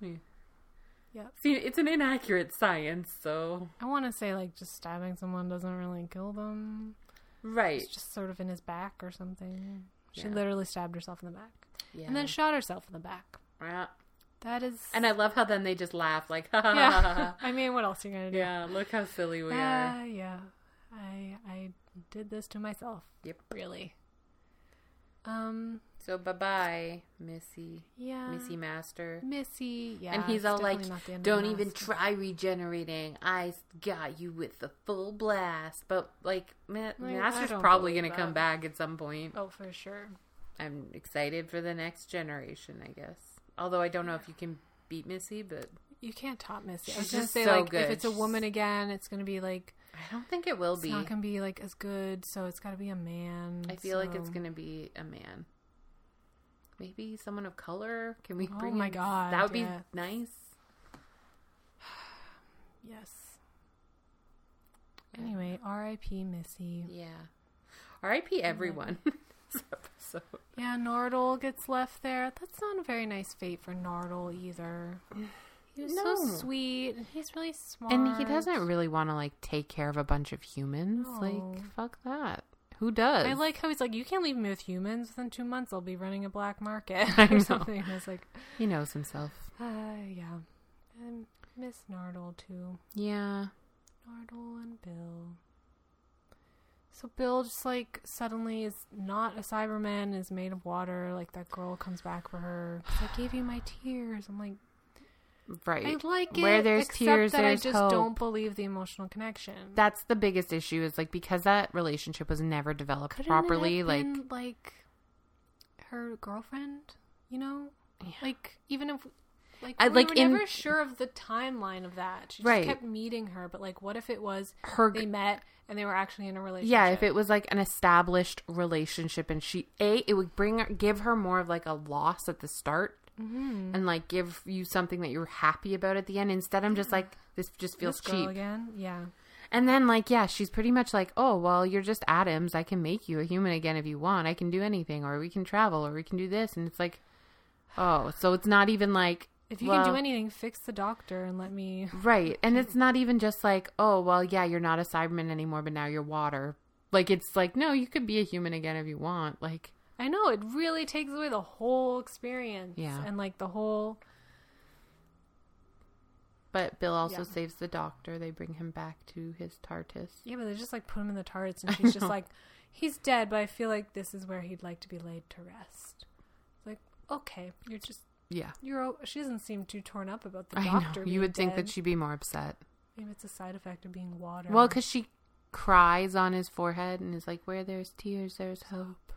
Speaker 1: yeah.
Speaker 2: See, it's an inaccurate science, so
Speaker 1: I want to say like just stabbing someone doesn't really kill them.
Speaker 2: right.
Speaker 1: It's just sort of in his back or something. She
Speaker 2: Yeah.
Speaker 1: literally stabbed herself in the back
Speaker 2: yeah.
Speaker 1: and then shot herself in the back.
Speaker 2: Yeah.
Speaker 1: That is.
Speaker 2: and I love how then they just laugh like, ha ha ha, ha.
Speaker 1: yeah.
Speaker 2: ha.
Speaker 1: I mean, what else are you gonna do?
Speaker 2: yeah, look how silly we are.
Speaker 1: Ah, yeah. I I did this to myself.
Speaker 2: Yep.
Speaker 1: Really. Um.
Speaker 2: So bye bye, Missy,
Speaker 1: Yeah.
Speaker 2: Missy Master.
Speaker 1: Missy. Yeah.
Speaker 2: and he's
Speaker 1: it's
Speaker 2: all like,
Speaker 1: definitely not the end of
Speaker 2: "Don't
Speaker 1: the
Speaker 2: even
Speaker 1: mask."
Speaker 2: try regenerating. I got you with the full blast." But like, Ma- Master's
Speaker 1: don't
Speaker 2: probably
Speaker 1: believe
Speaker 2: gonna come
Speaker 1: that.
Speaker 2: back at some point.
Speaker 1: Oh, for sure.
Speaker 2: I'm excited for the next generation, I guess. Although I don't know if you can beat Missy, but
Speaker 1: You can't top Missy. I
Speaker 2: She's
Speaker 1: was gonna
Speaker 2: just
Speaker 1: say
Speaker 2: so
Speaker 1: like, if
Speaker 2: good.
Speaker 1: it's a woman again, it's gonna be like
Speaker 2: I don't think it will
Speaker 1: it's
Speaker 2: be.
Speaker 1: not gonna be like as good. So it's gotta be a man.
Speaker 2: I feel like it's
Speaker 1: so-
Speaker 2: gonna be a man. Maybe someone of color. Can we
Speaker 1: Oh
Speaker 2: bring?
Speaker 1: my
Speaker 2: in-
Speaker 1: God,
Speaker 2: that would
Speaker 1: yeah.
Speaker 2: be nice.
Speaker 1: Yes. Anyway, R.I.P. Missy.
Speaker 2: Yeah. R.I.P. Everyone. This episode.
Speaker 1: Yeah, Nardole gets left there. That's not a very nice fate for Nardole either. He was
Speaker 2: No.
Speaker 1: so sweet, and he's really smart.
Speaker 2: And he doesn't really want to like take care of a bunch of humans.
Speaker 1: No.
Speaker 2: Like fuck that. Who does?
Speaker 1: I like how he's like, you can't leave me with humans. Within two months, I'll be running a black market
Speaker 2: I
Speaker 1: or
Speaker 2: know.
Speaker 1: something. I was like,
Speaker 2: he knows himself.
Speaker 1: uh, yeah. And Miss Nardole too.
Speaker 2: Yeah.
Speaker 1: Nardole and Bill. So Bill just like suddenly is not a Cyberman. Is made of water. Like that girl comes back for her. "'Cause I gave you my tears. I'm like.
Speaker 2: Right.
Speaker 1: I like it.
Speaker 2: Where there's
Speaker 1: except
Speaker 2: tears,
Speaker 1: that
Speaker 2: there's
Speaker 1: I just
Speaker 2: hope.
Speaker 1: don't believe the emotional connection.
Speaker 2: That's the biggest issue is like because that relationship was never developed properly. Like
Speaker 1: like like her girlfriend, you know, like even if like
Speaker 2: I-
Speaker 1: we
Speaker 2: like,
Speaker 1: were
Speaker 2: in-
Speaker 1: never sure of the timeline of that. She just
Speaker 2: Right.
Speaker 1: kept meeting her, but like, what if it was
Speaker 2: Her-
Speaker 1: They met and they were actually in a relationship.
Speaker 2: yeah, if it was like an established relationship, and she a it would bring her, give her more of like a loss at the start,
Speaker 1: Mm-hmm.
Speaker 2: and like give you something that you're happy about at the end. Instead, I'm just like this just feels
Speaker 1: This girl
Speaker 2: cheap.
Speaker 1: again, yeah,
Speaker 2: And then, like, yeah, she's pretty much like, oh, well, you're just atoms. I can make you a human again if you want. I can do anything, or we can travel, or we can do this. And it's like, oh, so it's not even like.
Speaker 1: if you can do anything, fix the doctor and let me.
Speaker 2: Right. And it's not even just like, oh, well, yeah, you're not a Cyberman anymore, but now you're water. Like, it's like, no, you could be a human again if you want. Like,
Speaker 1: I know it really takes away the whole experience,
Speaker 2: Yeah.
Speaker 1: and like the whole
Speaker 2: But Bill also
Speaker 1: Yeah.
Speaker 2: saves the doctor. They bring him back to his TARDIS.
Speaker 1: Yeah, but they just like put him in the turrets, and she's just like, he's dead, but I feel like this is where he'd like to be laid to rest. It's like, okay, you're just
Speaker 2: Yeah.
Speaker 1: you're. o- She doesn't seem too torn up about the
Speaker 2: I
Speaker 1: doctor.
Speaker 2: know. You would think that
Speaker 1: she.
Speaker 2: she'd be more upset.
Speaker 1: Maybe it's a side effect of being water.
Speaker 2: Well, because she cries on his forehead and is like, "Where there's tears, there's hope."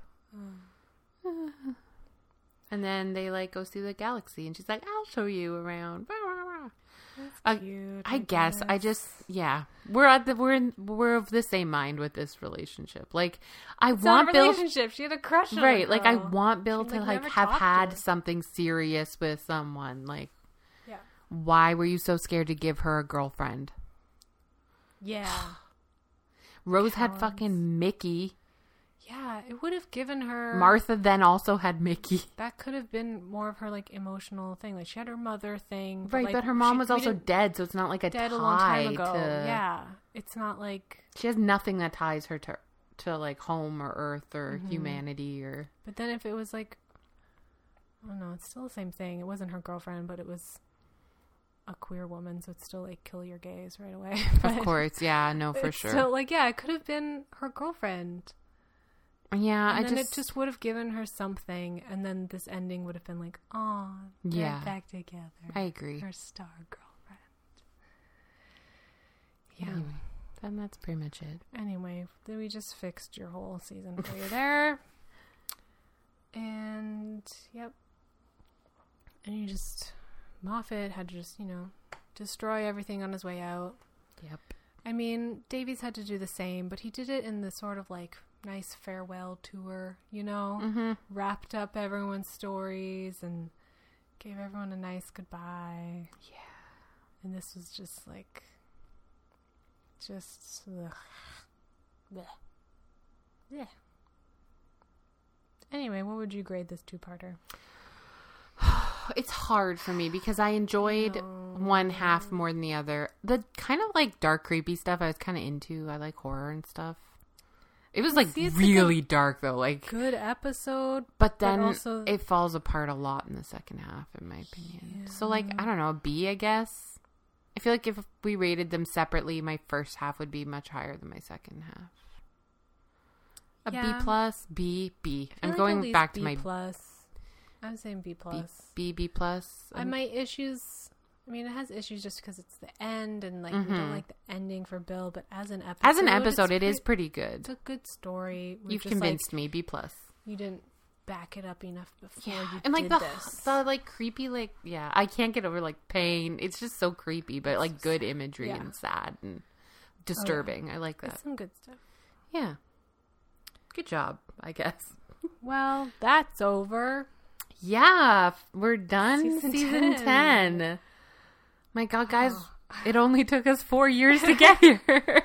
Speaker 2: and then they like go see the galaxy, and she's like, "I'll show you around." Blah, blah, blah. I-
Speaker 1: cute,
Speaker 2: I, guess. I just yeah. We're at the we're in, we're of the same mind with this relationship. Like I
Speaker 1: it's
Speaker 2: want
Speaker 1: not a
Speaker 2: Bill
Speaker 1: relationship. She had a crush on the
Speaker 2: right. Like I
Speaker 1: girl.
Speaker 2: want Bill
Speaker 1: She,
Speaker 2: to like
Speaker 1: never
Speaker 2: have
Speaker 1: talked
Speaker 2: had
Speaker 1: to her.
Speaker 2: something serious with someone. Like
Speaker 1: Yeah.
Speaker 2: why were you so scared to give her a girlfriend?
Speaker 1: Yeah.
Speaker 2: Rose had
Speaker 1: Cowards.
Speaker 2: fucking Mickey.
Speaker 1: Yeah. It would have given her
Speaker 2: Martha then also had Mickey.
Speaker 1: That could have been more of her like emotional thing. Like she had her mother thing.
Speaker 2: Right,
Speaker 1: like,
Speaker 2: but her mom
Speaker 1: she-
Speaker 2: was
Speaker 1: we
Speaker 2: also
Speaker 1: didn't-
Speaker 2: dead, so it's not like a
Speaker 1: dead
Speaker 2: tie
Speaker 1: a long time ago.
Speaker 2: to.
Speaker 1: Yeah. It's not like
Speaker 2: She has nothing that ties her to to like home or Earth or
Speaker 1: Mm-hmm.
Speaker 2: humanity or
Speaker 1: but then if it was like I don't know, it's still the same thing. It wasn't her girlfriend, but it was a queer woman, so it's still like kill your gays right away.
Speaker 2: Of
Speaker 1: But-
Speaker 2: course, yeah, no, for
Speaker 1: It's
Speaker 2: sure.
Speaker 1: So like, yeah, it could have been her girlfriend,
Speaker 2: yeah,
Speaker 1: and
Speaker 2: Uh, I
Speaker 1: then
Speaker 2: just,
Speaker 1: it just would have given her something, and then this ending would have been like, "Oh,
Speaker 2: Yeah.
Speaker 1: yeah, back together."
Speaker 2: I agree.
Speaker 1: Her star girlfriend. Yeah.
Speaker 2: Anyway, then that's pretty much it.
Speaker 1: Anyway, then we just fixed your whole season for you there, and yep. And you just Moffat had to just you know destroy everything on his way out.
Speaker 2: Yep.
Speaker 1: I mean, Davies had to do the same, but he did it in the sort of like nice farewell tour, you know? Wrapped up everyone's stories and gave everyone a nice goodbye. Yeah. And this was just like, just. Ugh. Blech. Blech. Anyway, what would you grade this two parter?
Speaker 2: It's hard for me because I enjoyed one half more than the other. The kind of like dark, creepy stuff I was kind of into. I like horror and stuff. It was like
Speaker 1: see, it's like a
Speaker 2: really dark though. Like
Speaker 1: Good episode.
Speaker 2: But then
Speaker 1: also-
Speaker 2: it falls apart a lot in the second half, in my opinion. So, like, I don't know, a B, I guess. I feel like if we rated them separately, my first half would be much higher than my second half. A B
Speaker 1: Yeah.
Speaker 2: plus, B, B.
Speaker 1: I feel
Speaker 2: I'm
Speaker 1: like at
Speaker 2: going
Speaker 1: least
Speaker 2: back
Speaker 1: B
Speaker 2: to my
Speaker 1: plus. I'm saying B
Speaker 2: B,
Speaker 1: plus.
Speaker 2: B, B plus. Um,
Speaker 1: I my issues. I mean, it has issues just because it's the end, and like we don't like the ending for Bill. But as an episode,
Speaker 2: Mm-hmm. As an episode,
Speaker 1: it's
Speaker 2: it is
Speaker 1: pre-
Speaker 2: pretty good.
Speaker 1: It's a good story. We're
Speaker 2: You've
Speaker 1: just, like,
Speaker 2: convinced me. B plus.
Speaker 1: you didn't back it up enough before you
Speaker 2: and like
Speaker 1: did
Speaker 2: the
Speaker 1: this.
Speaker 2: the like creepy like yeah i can't get over like pain it's just so creepy but like good imagery
Speaker 1: Yeah. Oh,
Speaker 2: and sad and disturbing i like that
Speaker 1: It's some good stuff.
Speaker 2: yeah good job i guess
Speaker 1: Well, that's over.
Speaker 2: yeah f- we're done
Speaker 1: Season
Speaker 2: season,
Speaker 1: 10.
Speaker 2: 10. my god guys it only took us four years to get here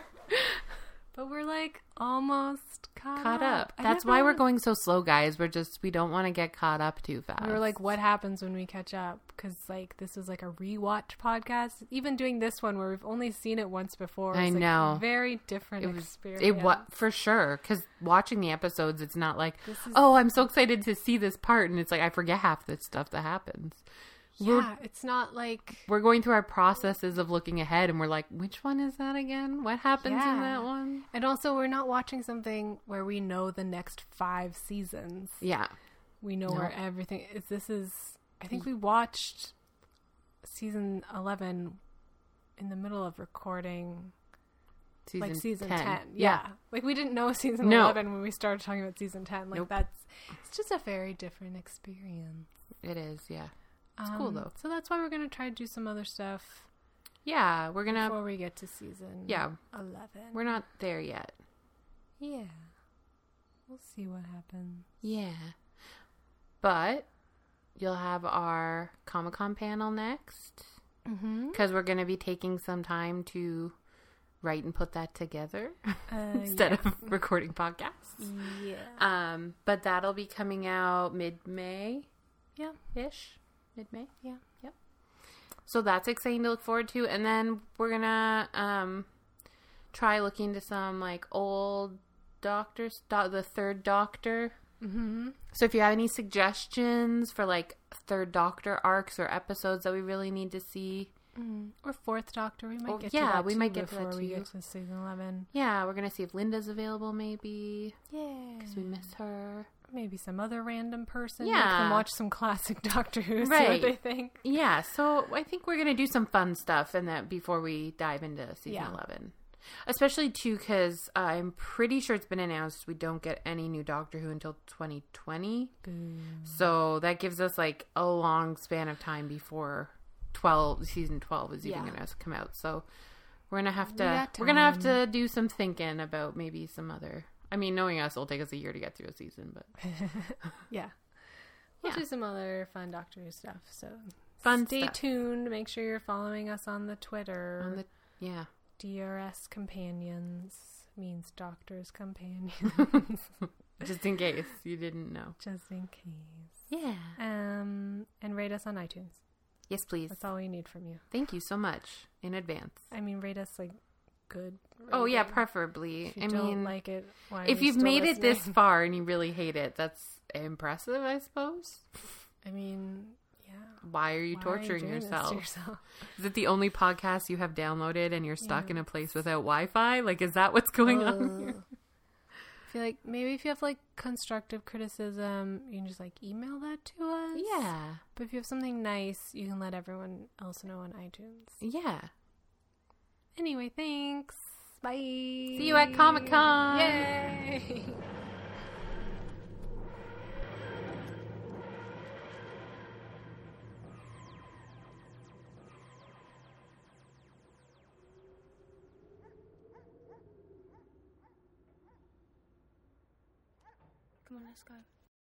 Speaker 1: But we're like almost caught,
Speaker 2: caught up
Speaker 1: I
Speaker 2: that's
Speaker 1: never-
Speaker 2: why we're going so slow guys we're just we don't want to get caught up too fast
Speaker 1: We were like, what happens when we catch up? Because like this was like a rewatch podcast. Even doing this one where we've only seen it once before,
Speaker 2: I
Speaker 1: was, like,
Speaker 2: know.
Speaker 1: a very different
Speaker 2: it was
Speaker 1: experience.
Speaker 2: it was for sure because watching the episodes it's not like
Speaker 1: This is-
Speaker 2: oh i'm so excited to see this part and it's like i forget half the stuff that happens
Speaker 1: Yeah, it's not like
Speaker 2: we're going through our processes of looking ahead and we're like which one is that again what happens in
Speaker 1: Yeah.
Speaker 2: that one
Speaker 1: And also, we're not watching something where we know the next five seasons.
Speaker 2: yeah
Speaker 1: We know where everything is. This is, I think we watched season 11 in the middle of recording,
Speaker 2: season
Speaker 1: like season 10. Yeah. Like we didn't know season
Speaker 2: No.
Speaker 1: 11 when we started talking about season 10. Like
Speaker 2: Nope.
Speaker 1: that's, it's just a very different experience.
Speaker 2: it is yeah it's cool
Speaker 1: Um,
Speaker 2: though
Speaker 1: So that's why we're going to try to do some other stuff
Speaker 2: yeah we're gonna
Speaker 1: before we get to season
Speaker 2: Yeah.
Speaker 1: 11.
Speaker 2: we're not there yet
Speaker 1: yeah. We'll see what happens.
Speaker 2: yeah but you'll have our comic-con panel next
Speaker 1: Mm-hmm.
Speaker 2: because we're going to be taking some time to write and put that together
Speaker 1: Uh,
Speaker 2: instead of recording podcasts.
Speaker 1: Yeah.
Speaker 2: Um, but that'll be coming out mid May
Speaker 1: Yeah.
Speaker 2: ish, mid May.
Speaker 1: Yeah.
Speaker 2: Yep. So that's exciting to look forward to, and then we're gonna um try looking to some like old doctors, do- the third doctor.
Speaker 1: Mm-hmm.
Speaker 2: So if you have any suggestions for like third doctor arcs or episodes that we really need to see,
Speaker 1: Mm-hmm. Or fourth Doctor. We might
Speaker 2: Oh,
Speaker 1: get to
Speaker 2: yeah,
Speaker 1: that
Speaker 2: we
Speaker 1: too
Speaker 2: might get to that
Speaker 1: before we
Speaker 2: too.
Speaker 1: get to season eleven.
Speaker 2: Yeah, we're gonna see if Linda's available, maybe
Speaker 1: Yeah.
Speaker 2: because we miss her.
Speaker 1: Maybe some other random person. Make them
Speaker 2: Yeah.
Speaker 1: watch some classic Doctor Who. See what
Speaker 2: Right.
Speaker 1: they think.
Speaker 2: Yeah, so I think we're gonna do some fun stuff in that before we dive into season
Speaker 1: Yeah.
Speaker 2: eleven, especially too because I'm pretty sure it's been announced we don't get any new Doctor Who until 2020. So that gives us like a long span of time before 12 season 12 is even
Speaker 1: Yeah.
Speaker 2: gonna come out. So we're gonna have to
Speaker 1: got
Speaker 2: we are gonna have to do some thinking about maybe some other. I mean, knowing us, it'll take us a year to get through a season, but
Speaker 1: Yeah. We'll
Speaker 2: Yeah.
Speaker 1: do some other fun Doctor Who stuff. So
Speaker 2: Fun
Speaker 1: stay
Speaker 2: stuff.
Speaker 1: tuned. Make sure you're following us on the Twitter.
Speaker 2: on the yeah.
Speaker 1: DRS companions means Doctor's companion,
Speaker 2: Just in case you didn't know.
Speaker 1: just in case.
Speaker 2: Yeah.
Speaker 1: Um, and rate us on iTunes.
Speaker 2: Yes, please.
Speaker 1: That's all we need from you.
Speaker 2: Thank you so much in advance.
Speaker 1: I mean, rate us like good.
Speaker 2: Oh yeah,
Speaker 1: rating.
Speaker 2: preferably.
Speaker 1: If you
Speaker 2: I
Speaker 1: don't
Speaker 2: mean,
Speaker 1: like it. Why are
Speaker 2: if
Speaker 1: you
Speaker 2: you've
Speaker 1: still
Speaker 2: made it this
Speaker 1: listening?
Speaker 2: far and you really hate it, that's impressive, I suppose.
Speaker 1: I mean, yeah.
Speaker 2: Why are you
Speaker 1: Why are
Speaker 2: torturing
Speaker 1: doing this to
Speaker 2: yourself?
Speaker 1: yourself?
Speaker 2: Is it the only podcast you have downloaded and you're stuck in a place without Wi-Fi? Like, is that what's going
Speaker 1: Oh,
Speaker 2: on? Here?
Speaker 1: I feel like maybe if you have like constructive criticism, you can just like email that to us.
Speaker 2: Yeah,
Speaker 1: But if you have something nice, you can let everyone else know on iTunes.
Speaker 2: yeah.
Speaker 1: Anyway, thanks. Bye.
Speaker 2: See you at Comic Con.
Speaker 1: Yay.
Speaker 4: Come on, let's go.